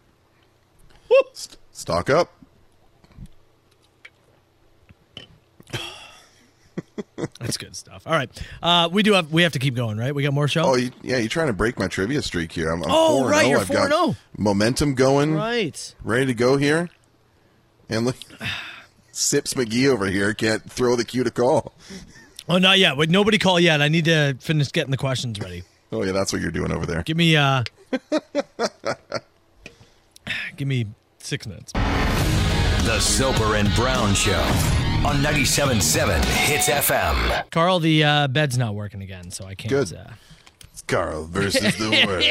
Speaker 6: Stock up.
Speaker 5: That's good stuff. All right, uh, we do have we have to keep going, right? We got more show.
Speaker 6: Oh, you, yeah, you're trying to break my trivia streak here. I'm, I'm
Speaker 5: Oh,
Speaker 6: 4
Speaker 5: right,
Speaker 6: oh.
Speaker 5: you're
Speaker 6: I've got
Speaker 5: 4-0.
Speaker 6: momentum going.
Speaker 5: Right.
Speaker 6: Ready to go here. And look, *sighs* Sips McGee over here can't throw the cue to call.
Speaker 5: Oh, not yet. Wait, nobody call yet. I need to finish getting the questions ready.
Speaker 6: Oh, yeah, that's what you're doing over there.
Speaker 5: Give me uh, *laughs* give me six minutes.
Speaker 4: The Soper and Brown Show on 97.7 Hits FM.
Speaker 5: Carl, the uh, bed's not working again, so I can't.
Speaker 6: Good.
Speaker 5: Uh,
Speaker 6: It's Carl versus the
Speaker 5: *laughs*
Speaker 6: world.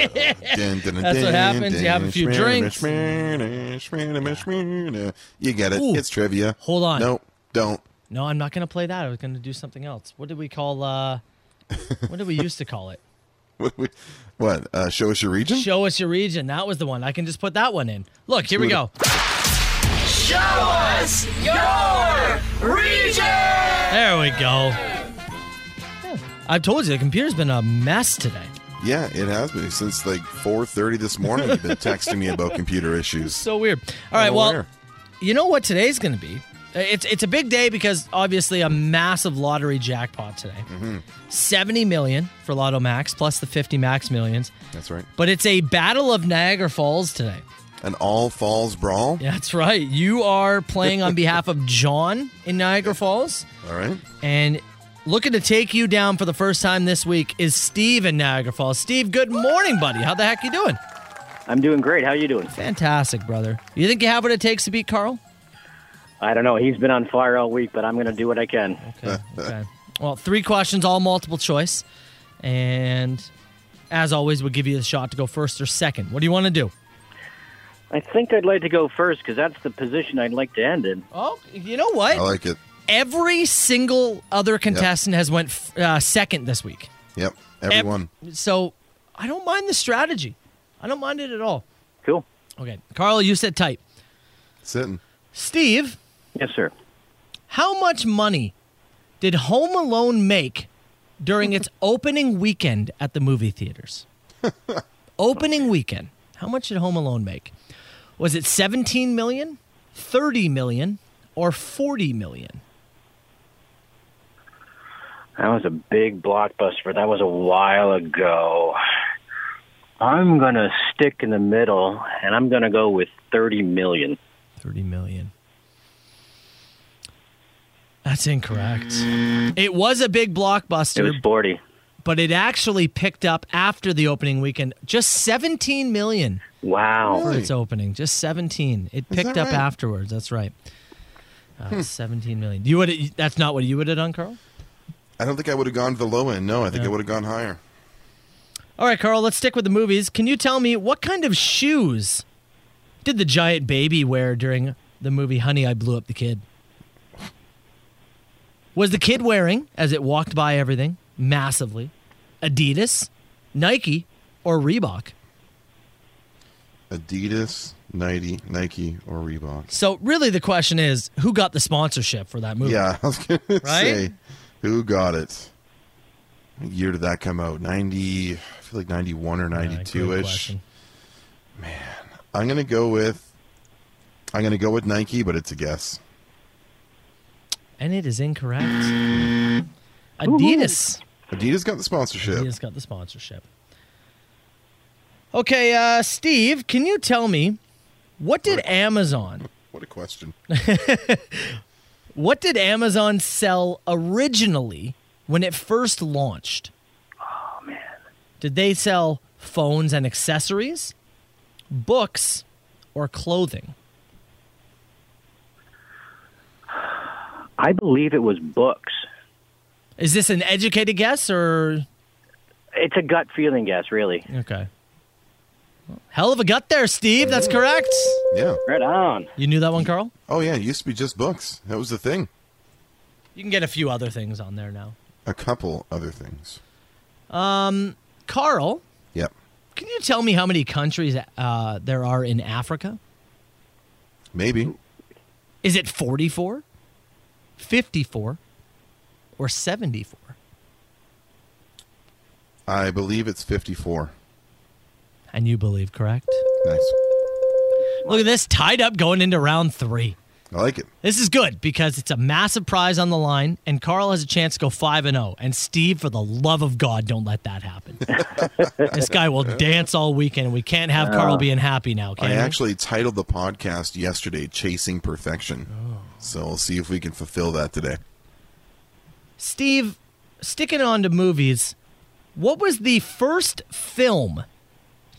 Speaker 6: Dun, dun, dun,
Speaker 5: That's what
Speaker 6: dun,
Speaker 5: happens. You have a few
Speaker 6: dun,
Speaker 5: drinks.
Speaker 6: shmina, shmina, shmina, shmina. You get it.
Speaker 5: Ooh.
Speaker 6: It's trivia.
Speaker 5: Hold on.
Speaker 6: No, don't. *laughs*
Speaker 5: No, I'm not going to play that. I was going to do something else. What did we call? uh What did we used to call it?
Speaker 6: What? we- what uh, show us your region?
Speaker 5: Show us your region. That was the one. I can just put that one in. Look, here we go.
Speaker 2: Show us your region!
Speaker 5: There we go. I told you the computer's been a mess today.
Speaker 6: Yeah, it has been since like 4:30 this morning. You've been texting me about computer issues.
Speaker 5: So weird. *laughs* All right,
Speaker 6: Oh,
Speaker 5: well,
Speaker 6: where?
Speaker 5: you know what today's going to be? It's it's a big day because obviously a massive lottery jackpot today.
Speaker 2: Mm-hmm.
Speaker 5: 70 million for Lotto Max plus the 50 Max millions.
Speaker 6: That's right.
Speaker 5: But it's a battle of Niagara Falls today.
Speaker 6: An all falls brawl.
Speaker 5: Yeah, That's right. You are playing on behalf of John in Niagara Falls.
Speaker 6: All right.
Speaker 5: And looking to take you down for the first time this week is Steve in Niagara Falls. Steve, good morning, buddy. How the heck you doing?
Speaker 1: I'm doing great. How you doing?
Speaker 5: Fantastic, brother. You think you have what it takes to beat Carl?
Speaker 1: I don't know. He's been on fire all week, but I'm going to do what I can.
Speaker 5: Okay. Okay. Well, three questions, all multiple choice. And as always, we'll give you the shot to go first or second. What do you want to do?
Speaker 1: I think I'd like to go first because that's the position I'd like to end in.
Speaker 5: Oh, you know what?
Speaker 6: I like it.
Speaker 5: Every single other contestant has went f- uh, second this week.
Speaker 6: Yep. Everyone.
Speaker 5: So I don't mind the strategy. I don't mind it at all.
Speaker 1: Cool.
Speaker 5: Okay. Carl, you sit tight.
Speaker 6: Sitting.
Speaker 5: Steve,
Speaker 1: Yes, sir.
Speaker 5: how much money did Home Alone make during its opening weekend at the movie theaters? opening weekend. How much did Home Alone make? Was it 17 million, 30 million, or 40 million?
Speaker 1: That was a big blockbuster. That was a while ago. I'm going to stick in the middle, and I'm going to go with 30 million.
Speaker 5: 30 million. That's incorrect. It was a big blockbuster.
Speaker 1: It was 40.
Speaker 5: but it actually picked up after the opening weekend. Just 17 million.
Speaker 1: Wow.
Speaker 5: For its opening, just 17. It
Speaker 1: Is
Speaker 5: picked
Speaker 1: that
Speaker 5: up
Speaker 1: right?
Speaker 5: afterwards. That's right. Uh, 17 million. You would. That's not what you would have done, Carl.
Speaker 6: I don't think I would have gone to the low end. No, I think I would have gone higher.
Speaker 5: All right, Carl. Let's stick with the movies. Can you tell me what kind of shoes did the giant baby wear during the movie Honey, I Blew Up the Kid? Was the kid wearing, as it walked by everything, massively, Adidas, Nike, or Reebok?
Speaker 6: Adidas, Nike, Nike, or Reebok.
Speaker 5: So really, the question is, who got the sponsorship for that movie?
Speaker 6: Yeah, *laughs* I was gonna
Speaker 5: Right?
Speaker 6: say, who got it? What year did that come out? Ninety, I feel like ninety-one or ninety-two
Speaker 5: great
Speaker 6: ish.
Speaker 5: question.
Speaker 6: Man, I'm gonna go with, I'm gonna go with Nike, but it's a guess.
Speaker 5: And it is incorrect. Adidas.
Speaker 6: Adidas got the sponsorship.
Speaker 5: Adidas got the sponsorship. Okay, uh, Steve, can you tell me what did Amazon?
Speaker 6: What a question.
Speaker 5: What did Amazon sell originally when it first launched? Oh man. Did they sell phones and accessories, books, or clothing?
Speaker 1: I believe it was books.
Speaker 5: Is this an educated guess or
Speaker 1: It's a gut feeling guess, really.
Speaker 5: Okay. Hell of a gut there, Steve. That's correct.
Speaker 6: Yeah.
Speaker 1: Right on.
Speaker 5: You knew that one, Carl?
Speaker 6: Oh yeah, it used to be just books. That was the thing.
Speaker 5: You can get a few other things on there now.
Speaker 6: A couple other things.
Speaker 5: Um, Carl,
Speaker 6: Yep.
Speaker 5: can you tell me how many countries uh, there are in Africa?
Speaker 6: Maybe.
Speaker 5: Is it 44, 54, or 74?
Speaker 6: I believe it's fifty-four.
Speaker 5: And you believe, correct?
Speaker 6: Nice.
Speaker 5: Look at this, tied up going into round three.
Speaker 6: I like it.
Speaker 5: This is good because it's a massive prize on the line, and Carl has a chance to go 5 and 0. And Steve, for the love of God, don't let that happen. this guy will dance all weekend. We can't have Carl being happy now, can
Speaker 6: I
Speaker 5: we?
Speaker 6: actually titled the podcast yesterday "Chasing Perfection," so we'll see if we can fulfill that today.
Speaker 5: Steve, sticking on to movies, what was the first film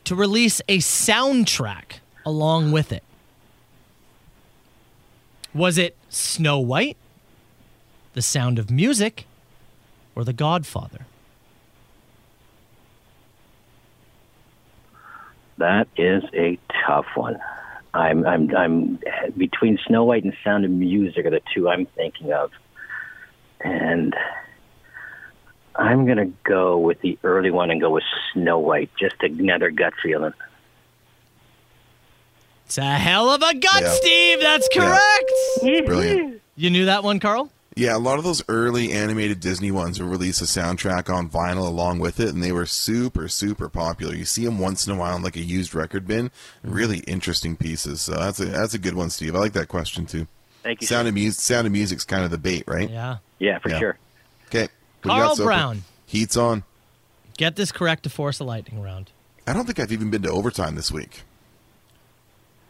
Speaker 5: to release a soundtrack along with it? Was it Snow White, The Sound of Music, or The Godfather?
Speaker 1: That is a tough one. I'm I'm I'm between Snow White and Sound of Music are the two I'm thinking of, and I'm gonna go with the early one and go with Snow White. Just another gut feeling.
Speaker 5: It's a hell of a gut,
Speaker 6: Yeah.
Speaker 5: Steve. That's
Speaker 6: Yeah.
Speaker 5: correct.
Speaker 6: Brilliant.
Speaker 5: You knew that one, Carl?
Speaker 6: Yeah, a lot of those early animated Disney ones would release a soundtrack on vinyl along with it, and they were super, super popular. You see them once in a while in like a used record bin. Really interesting pieces. So that's a that's a good one, Steve. I like that question too.
Speaker 1: Thank you,
Speaker 6: Sound of music. Sound of music's kind of the bait, right?
Speaker 5: Yeah.
Speaker 1: Yeah, for
Speaker 6: Yeah.
Speaker 1: sure.
Speaker 6: Okay.
Speaker 5: Carl Brown.
Speaker 6: Heat's on.
Speaker 5: Get this correct to force a lightning round.
Speaker 6: I don't think I've even been to overtime this week.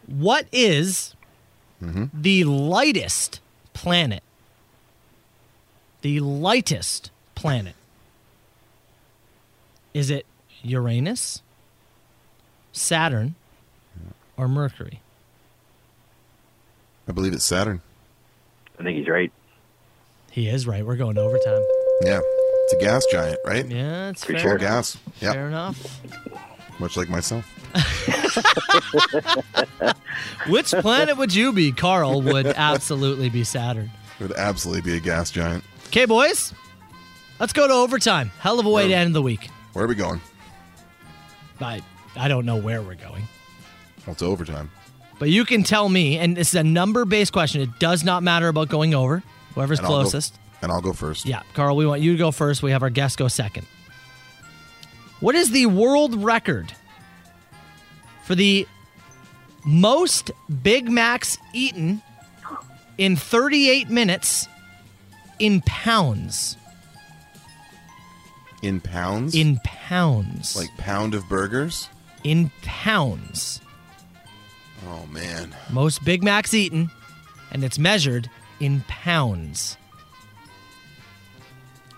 Speaker 5: What is the lightest planet? The lightest planet. Is it Uranus, Saturn, or Mercury?
Speaker 6: I believe it's Saturn.
Speaker 1: I think he's right.
Speaker 5: He is right. We're going overtime.
Speaker 6: Yeah, it's a gas giant, right?
Speaker 5: Yeah, it's
Speaker 6: Pretty
Speaker 5: fair.
Speaker 6: sure gas. Yeah,
Speaker 5: Fair enough.
Speaker 6: much like myself.
Speaker 5: Which planet would you be? Carl would absolutely be Saturn.
Speaker 6: It would absolutely be a gas giant.
Speaker 5: Okay, boys, let's go to overtime. Hell of a way to end the week.
Speaker 6: Where are we going?
Speaker 5: I, I don't know where we're going.
Speaker 6: Well, it's overtime.
Speaker 5: But you can tell me, and this is a number based question. It does not matter about going over. Whoever's
Speaker 6: And I'll go-
Speaker 5: closest.
Speaker 6: and I'll go first.
Speaker 5: yeah, Carl, we want you to go first. We have our guest go second. What is the world record for the most Big Macs eaten in 38 minutes in pounds?
Speaker 6: In pounds?
Speaker 5: In pounds.
Speaker 6: Like pound of burgers?
Speaker 5: in pounds.
Speaker 6: Oh man.
Speaker 5: Most Big Macs eaten, and it's measured in pounds.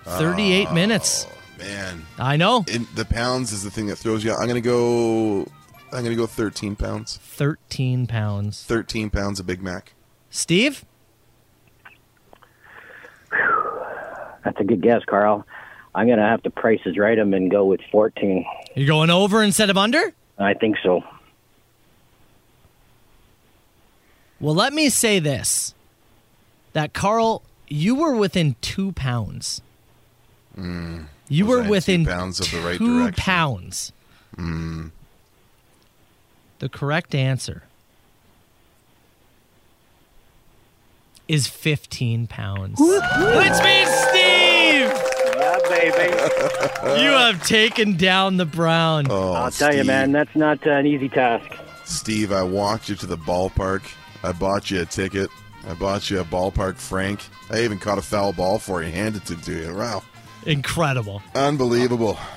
Speaker 5: 38 minutes.
Speaker 6: Man,
Speaker 5: I know.
Speaker 6: the pounds is the thing that throws you out. I'm gonna go. I'm gonna go 13 pounds.
Speaker 5: 13 pounds.
Speaker 6: 13 pounds of Big Mac.
Speaker 5: Steve?
Speaker 1: That's a good guess, Carl. I'm going to have to prices right them and go with 14.
Speaker 5: You're going over instead of under?
Speaker 1: I think so.
Speaker 5: Well, let me say this that Carl, you were within two pounds.
Speaker 6: Mm.
Speaker 5: You
Speaker 6: Was
Speaker 5: were
Speaker 6: I two
Speaker 5: within
Speaker 6: pounds of the right
Speaker 5: two
Speaker 6: direction?
Speaker 5: pounds.
Speaker 6: Mm.
Speaker 5: The correct answer is 15 pounds. Which means Steve!
Speaker 23: Yeah, baby.
Speaker 5: You have taken down the Brown.
Speaker 6: Uh. Oh,
Speaker 1: I'll tell you, man, that's not an easy task.
Speaker 6: Steve, I walked you to the ballpark. I bought you a ticket. I bought you a ballpark Frank. I even caught a foul ball for you, handed it to you. Wow,
Speaker 5: Incredible.
Speaker 6: unbelievable.
Speaker 1: *laughs*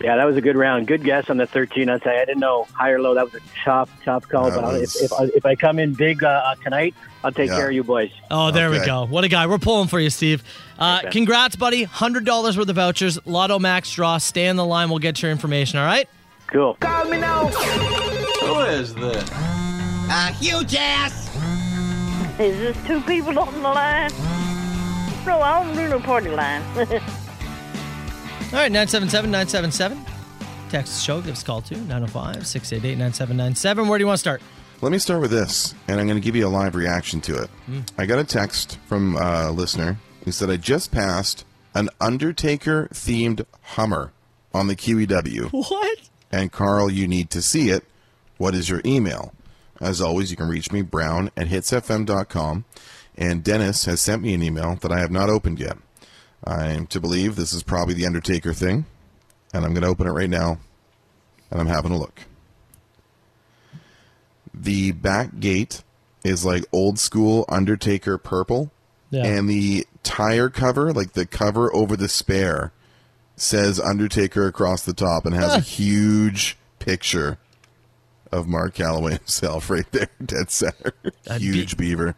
Speaker 1: Yeah, that was a good round. Good guess on the 13. I'd say I didn't know high or low. That was a top, top call.
Speaker 6: That
Speaker 1: But I'll
Speaker 6: was-
Speaker 1: if, if, I, if I come in big uh, uh, tonight, I'll take
Speaker 5: Yeah.
Speaker 1: care of you boys.
Speaker 5: Oh, there we
Speaker 1: Okay.
Speaker 5: go. What a guy. We're pulling for you, Steve. Uh, congrats, buddy. $100 worth of vouchers. Lotto Max draw. Stay on the line. We'll get your information, all right?
Speaker 1: Cool.
Speaker 2: Call me now. Who is this?
Speaker 8: A huge ass! Is this two people on the line? No, I don't do no party line. *laughs*
Speaker 5: All right, 977 977. Text the show. Give us a call too. 905 688 9797. Where do you want to start?
Speaker 6: Let me start with this, and I'm going to give you a live reaction to it.
Speaker 5: Mm.
Speaker 6: I got a text from a listener who said, I just passed an Undertaker themed Hummer on the E QEW.
Speaker 5: What?
Speaker 6: And Carl, you need to see it. What is your email? As always, you can reach me, brown at hitsfm.com. And Dennis has sent me an email that I have not opened yet. I'm to believe this is probably the Undertaker thing, and I'm going to open it right now, and I'm having a look the back gate is like old school Undertaker purple,
Speaker 5: Yeah.
Speaker 6: and the tire cover, like the cover over the spare, says Undertaker across the top and has a huge picture of Mark Calloway *laughs* himself right there, dead center. huge beaver.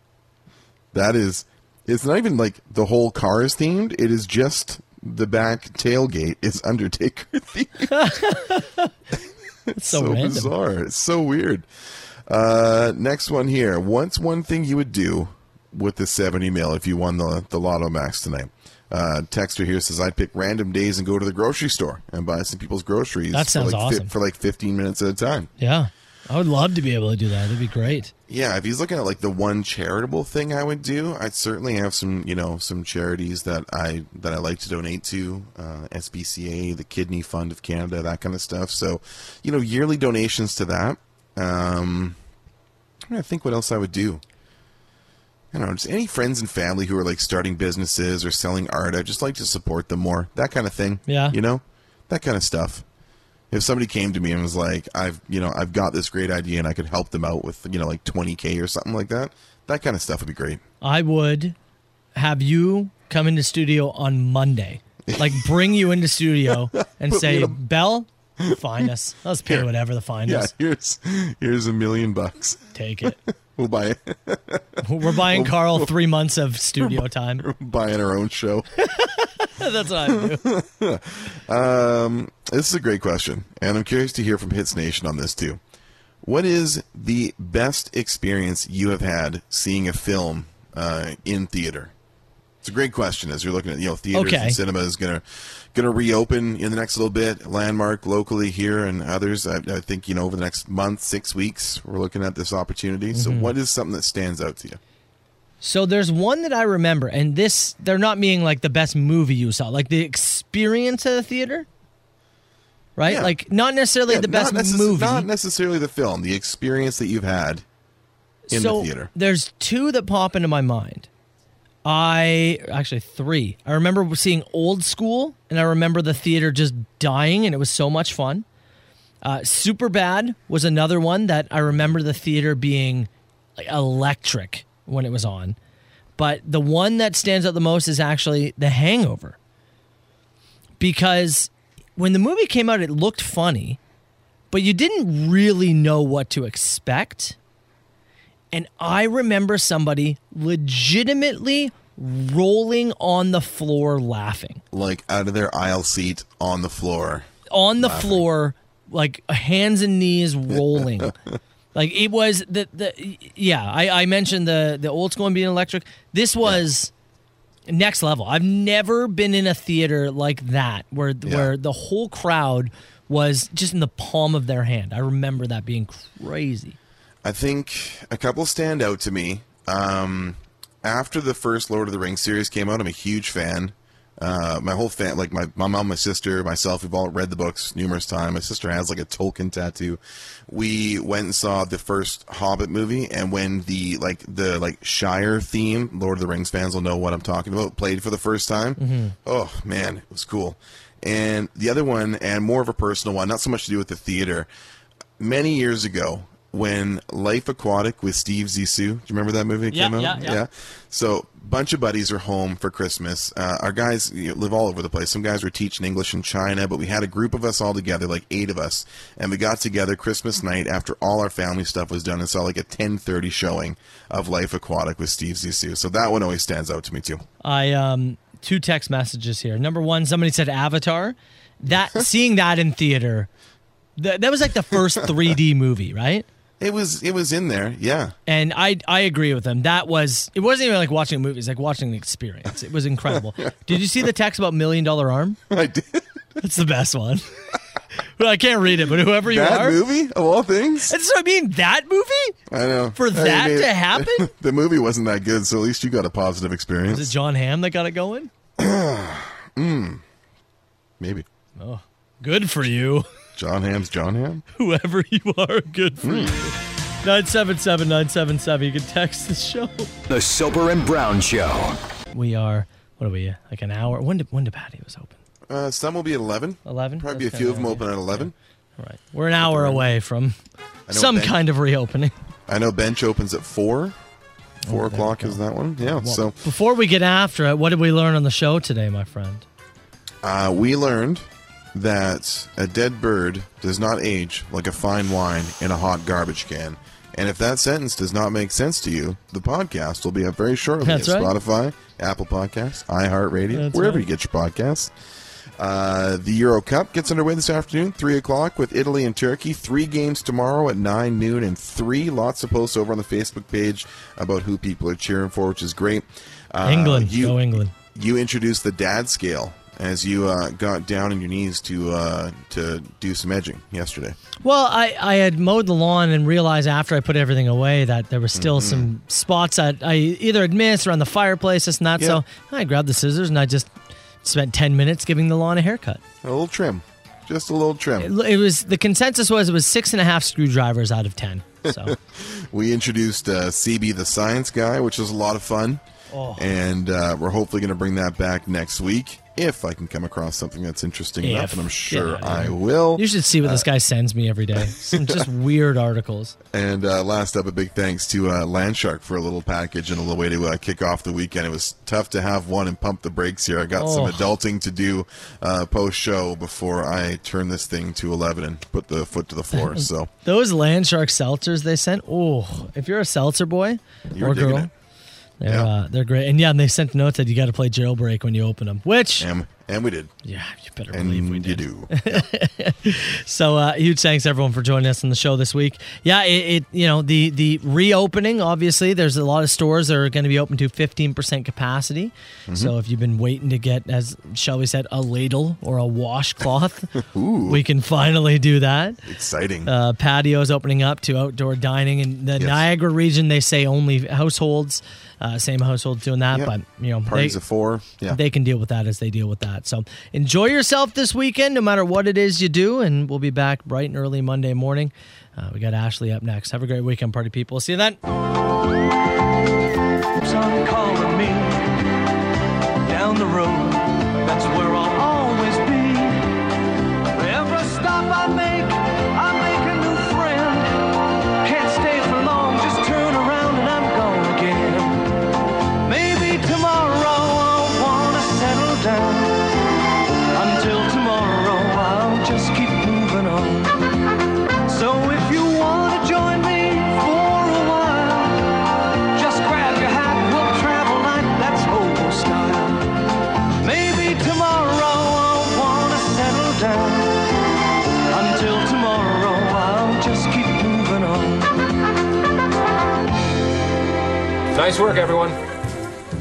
Speaker 6: That is, it's not even like the whole car is themed. It is just the back tailgate is Undertaker *laughs*
Speaker 5: It's
Speaker 6: so,
Speaker 5: random.
Speaker 6: bizarre. It's so weird. Uh, next one here. What's one thing you would do with the 70 mil if you won the, the Lotto Max tonight? Uh, texter here says I'd pick random days and go to the grocery store and buy some people's groceries.
Speaker 5: That sounds
Speaker 6: for like fi-
Speaker 5: awesome.
Speaker 6: for like 15 minutes at a time.
Speaker 5: Yeah. I would love to be able to do that. That'd be great.
Speaker 6: Yeah, if he's looking at like the one charitable thing I would do, I'd certainly have some, you know, some charities that I that I like to donate to, uh, SBCA, the Kidney Fund of Canada, that kind of stuff. So, you know, yearly donations to that. Um, I'm trying to think what else I would do. I don't know, just any friends and family who are like starting businesses or selling art. I just like to support them more, that kind of thing.
Speaker 5: Yeah.
Speaker 6: you know, that kind of stuff if somebody came to me and was like, "I've you know I've got this great idea and I could help them out with you know like 20k or something like that," that kind of stuff would be great.
Speaker 5: I would have you come into studio on Monday.
Speaker 6: *laughs*
Speaker 5: Like bring you into studio
Speaker 6: Put
Speaker 5: and
Speaker 6: me
Speaker 5: say,
Speaker 6: in a-
Speaker 5: Bell, fine us. Let's pay whatever the fine
Speaker 6: yeah, *laughs*
Speaker 5: is.
Speaker 6: here's here's a million bucks.
Speaker 5: Take it.
Speaker 6: we'll buy *laughs* it.
Speaker 5: We're
Speaker 6: *laughs*
Speaker 5: buying
Speaker 6: We'll-
Speaker 5: Carl
Speaker 6: we'll-
Speaker 5: three months of studio *laughs* time.
Speaker 6: buying our own show.
Speaker 5: That's what I would do.
Speaker 6: um, this is a great question, and I'm curious to hear from Hits Nation on this too. What is the best experience you have had seeing a film uh, in theater? It's a great question as you're looking at you know theaters
Speaker 5: Okay.
Speaker 6: and cinema is gonna gonna reopen in the next little bit. Landmark locally here and others. I, I think you know over the next month, six weeks, we're looking at this opportunity. So
Speaker 5: Mhm.
Speaker 6: what is something that stands out to you?
Speaker 5: So there's one that I remember, and this they're not meaning like the best movie you saw, like the experience of the theater, right?
Speaker 6: Yeah.
Speaker 5: Like not necessarily
Speaker 6: Yeah,
Speaker 5: the best
Speaker 6: not necess-
Speaker 5: movie.
Speaker 6: not necessarily the film, the experience that you've had in
Speaker 5: so
Speaker 6: the theater.
Speaker 5: there's two that pop into my mind. I actually three. I remember seeing Old School, and I remember the theater just dying, and it was so much fun. Uh, Super Bad was another one that I remember the theater being like, electric when it was on. But the one that stands out the most is actually The Hangover. Because when the movie came out, it looked funny, but you didn't really know what to expect. And I remember somebody legitimately rolling on the floor laughing.
Speaker 6: Like out of their aisle seat on the floor.
Speaker 5: on the floor, like hands and knees rolling. like it was the the yeah. I, I mentioned the the old school and being electric. This was next level. I've never been in a theater like that where where the whole crowd was just in the palm of their hand. I remember that being crazy.
Speaker 6: I think a couple stand out to me. Um, after the first Lord of the Rings series came out, I'm a huge fan. Uh, my whole fan, like my, my mom, my sister, myself, we've all read the books numerous times. My sister has like a Tolkien tattoo. We went and saw the first Hobbit movie, and when the like the like Shire theme, Lord of the Rings fans will know what I'm talking about, played for the first time.
Speaker 2: Mhm.
Speaker 6: Oh man, it was cool. And the other one, and more of a personal one, not so much to do with the theater. Many years ago, when Life Aquatic with Steve Zissou, do you remember that movie? It
Speaker 2: Yeah,
Speaker 6: came out?
Speaker 2: yeah, yeah.
Speaker 6: So, bunch of buddies are home for Christmas. Uh, our guys you know, live all over the place. Some guys were teaching English in China, but we had a group of us all together, like eight of us, and we got together Christmas night after all our family stuff was done and saw like a 10:30 showing of Life Aquatic with Steve Zissou. So that one always stands out to me too.
Speaker 5: I um two text messages here. Number one, somebody said Avatar.
Speaker 6: *laughs*
Speaker 5: That seeing that in theater, th- that was like the
Speaker 6: *laughs*
Speaker 5: first 3D movie, right?
Speaker 6: It was it was in there, yeah. *laughs*
Speaker 5: And I I agree with them. That was it wasn't even like watching a movie, it's like watching an experience. It was incredible. did you see the text about million dollar arm?
Speaker 6: I did.
Speaker 5: That's the best one. *laughs* well, I can't read it, but whoever you
Speaker 6: that
Speaker 5: are.
Speaker 6: movie of all things.
Speaker 5: That's what I mean. That movie?
Speaker 6: I know
Speaker 5: For that to happen?
Speaker 6: the movie wasn't that good, so at least you got a positive experience.
Speaker 5: Was it John Hamm that got it going?
Speaker 6: Mm. Maybe.
Speaker 5: Oh, good for you.
Speaker 6: John Ham's John Ham?
Speaker 5: Whoever *laughs* you are, good
Speaker 6: Hmm.
Speaker 5: for you. 977 977. You can text the show.
Speaker 4: The Soper and Brown Show.
Speaker 5: We are, what are we, uh, like an hour? When did, when did Patty was open?
Speaker 6: Uh, some will be at 11.
Speaker 5: 11?
Speaker 6: Probably be a
Speaker 5: That's
Speaker 6: few of them
Speaker 5: kinda
Speaker 6: open at 11.
Speaker 5: All right. We're an hour away from some
Speaker 6: Ben-
Speaker 5: kind of reopening.
Speaker 6: I know bench opens at 4.
Speaker 5: Oh,
Speaker 6: 4 o'clock is that one. Yeah.
Speaker 5: Well,
Speaker 6: so
Speaker 5: Before we get after it, what did we learn on the show today, my friend?
Speaker 6: uh, we learned that a dead bird does not age like a fine wine in a hot garbage can. And if that sentence does not make sense to you, the podcast will be up very shortly.
Speaker 5: That's
Speaker 6: at
Speaker 5: right.
Speaker 6: Spotify, Apple Podcasts, iHeartRadio,
Speaker 5: That's
Speaker 6: wherever
Speaker 5: right.
Speaker 6: you get your podcasts. Uh, the Euro Cup gets underway this afternoon, 3 o'clock, with Italy and Turkey. Three games tomorrow at 9 noon and 3. Lots of posts over on the Facebook page about who people are cheering for, which is great. Uh,
Speaker 5: England.
Speaker 6: You,
Speaker 5: Go England.
Speaker 6: you introduced the dad scale as you uh, got down on your knees to uh, to do some edging yesterday.
Speaker 5: Well, I, I had mowed the lawn and realized after I put everything away that there were still
Speaker 6: Mm-hmm.
Speaker 5: some spots that I either had missed around the fireplace, this and that. So I grabbed the scissors and I just spent 10 minutes giving the lawn a haircut.
Speaker 6: A little trim. Just a little
Speaker 5: It,
Speaker 6: trim.
Speaker 5: it was The consensus was it was six and a half screwdrivers out of 10.
Speaker 6: *laughs*
Speaker 5: So
Speaker 6: we introduced uh, CB the Science Guy, which was a lot of fun.
Speaker 5: Oh.
Speaker 6: And uh, we're hopefully going to bring that back next week if I can come across something that's interesting enough,
Speaker 5: If.
Speaker 6: and I'm sure
Speaker 5: Yeah,
Speaker 6: I
Speaker 5: yeah.
Speaker 6: will.
Speaker 5: you should see what this guy sends me every day.
Speaker 6: *laughs*
Speaker 5: Some just weird articles.
Speaker 6: And uh, last up, a big thanks to uh, Landshark for a little package and a little way to uh, kick off the weekend. It was tough to have one and pump the brakes here. I got
Speaker 5: Oh.
Speaker 6: some adulting to do uh, post show before I turn this thing to 11 and put the foot to the
Speaker 5: *laughs*
Speaker 6: floor. So
Speaker 5: Those land shark seltzers they sent. Oh, if you're a seltzer boy
Speaker 6: You're
Speaker 5: or
Speaker 6: digging
Speaker 5: girl,
Speaker 6: it.
Speaker 5: they're uh, they're great. And yeah, and they sent notes that you got to play jailbreak when you open them, which
Speaker 6: and, and we did.
Speaker 5: Yeah, you better
Speaker 6: believe we did.
Speaker 5: *laughs*
Speaker 6: You do.
Speaker 5: So uh, huge thanks everyone for joining us on the show this week. Yeah, it, it you know the the reopening. Obviously, there's a lot of stores that are going to be open to 15% capacity. So
Speaker 2: Mhm.
Speaker 5: if you've been waiting to get, as shall we said, a ladle or a washcloth, we can finally do that.
Speaker 6: Exciting.
Speaker 5: Uh, patios opening up to outdoor dining in the Niagara region. They say only households, uh, same households doing that,
Speaker 6: Yeah.
Speaker 5: but you know
Speaker 6: Parties
Speaker 5: they,
Speaker 6: of four. Yeah.
Speaker 5: they can deal with that as they deal with that. So enjoy yourself this weekend, no matter what it is you do. And we'll be back bright and early Monday morning. Uh, we got Ashley up next. Have a great weekend, party people. See you then.
Speaker 2: Some calling me down the road. That's where I'll always be. Every stop I make, I make a new friend. Can't stay for long, just turn around and I'm gone again. Maybe tomorrow I'll wanna settle down. Until tomorrow I'll just keep moving on. So if you wanna join me for a while. Just grab your hat, we'll travel like that's old
Speaker 13: Nice work, everyone.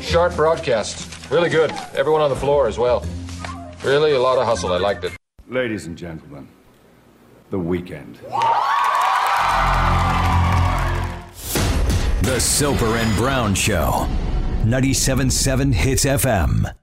Speaker 13: Sharp broadcast. Really good. Everyone on the floor as well. Really a lot of hustle. I liked it.
Speaker 7: Ladies and gentlemen, the weekend.
Speaker 4: The Soper and Brown Show. 97.7 Hits FM.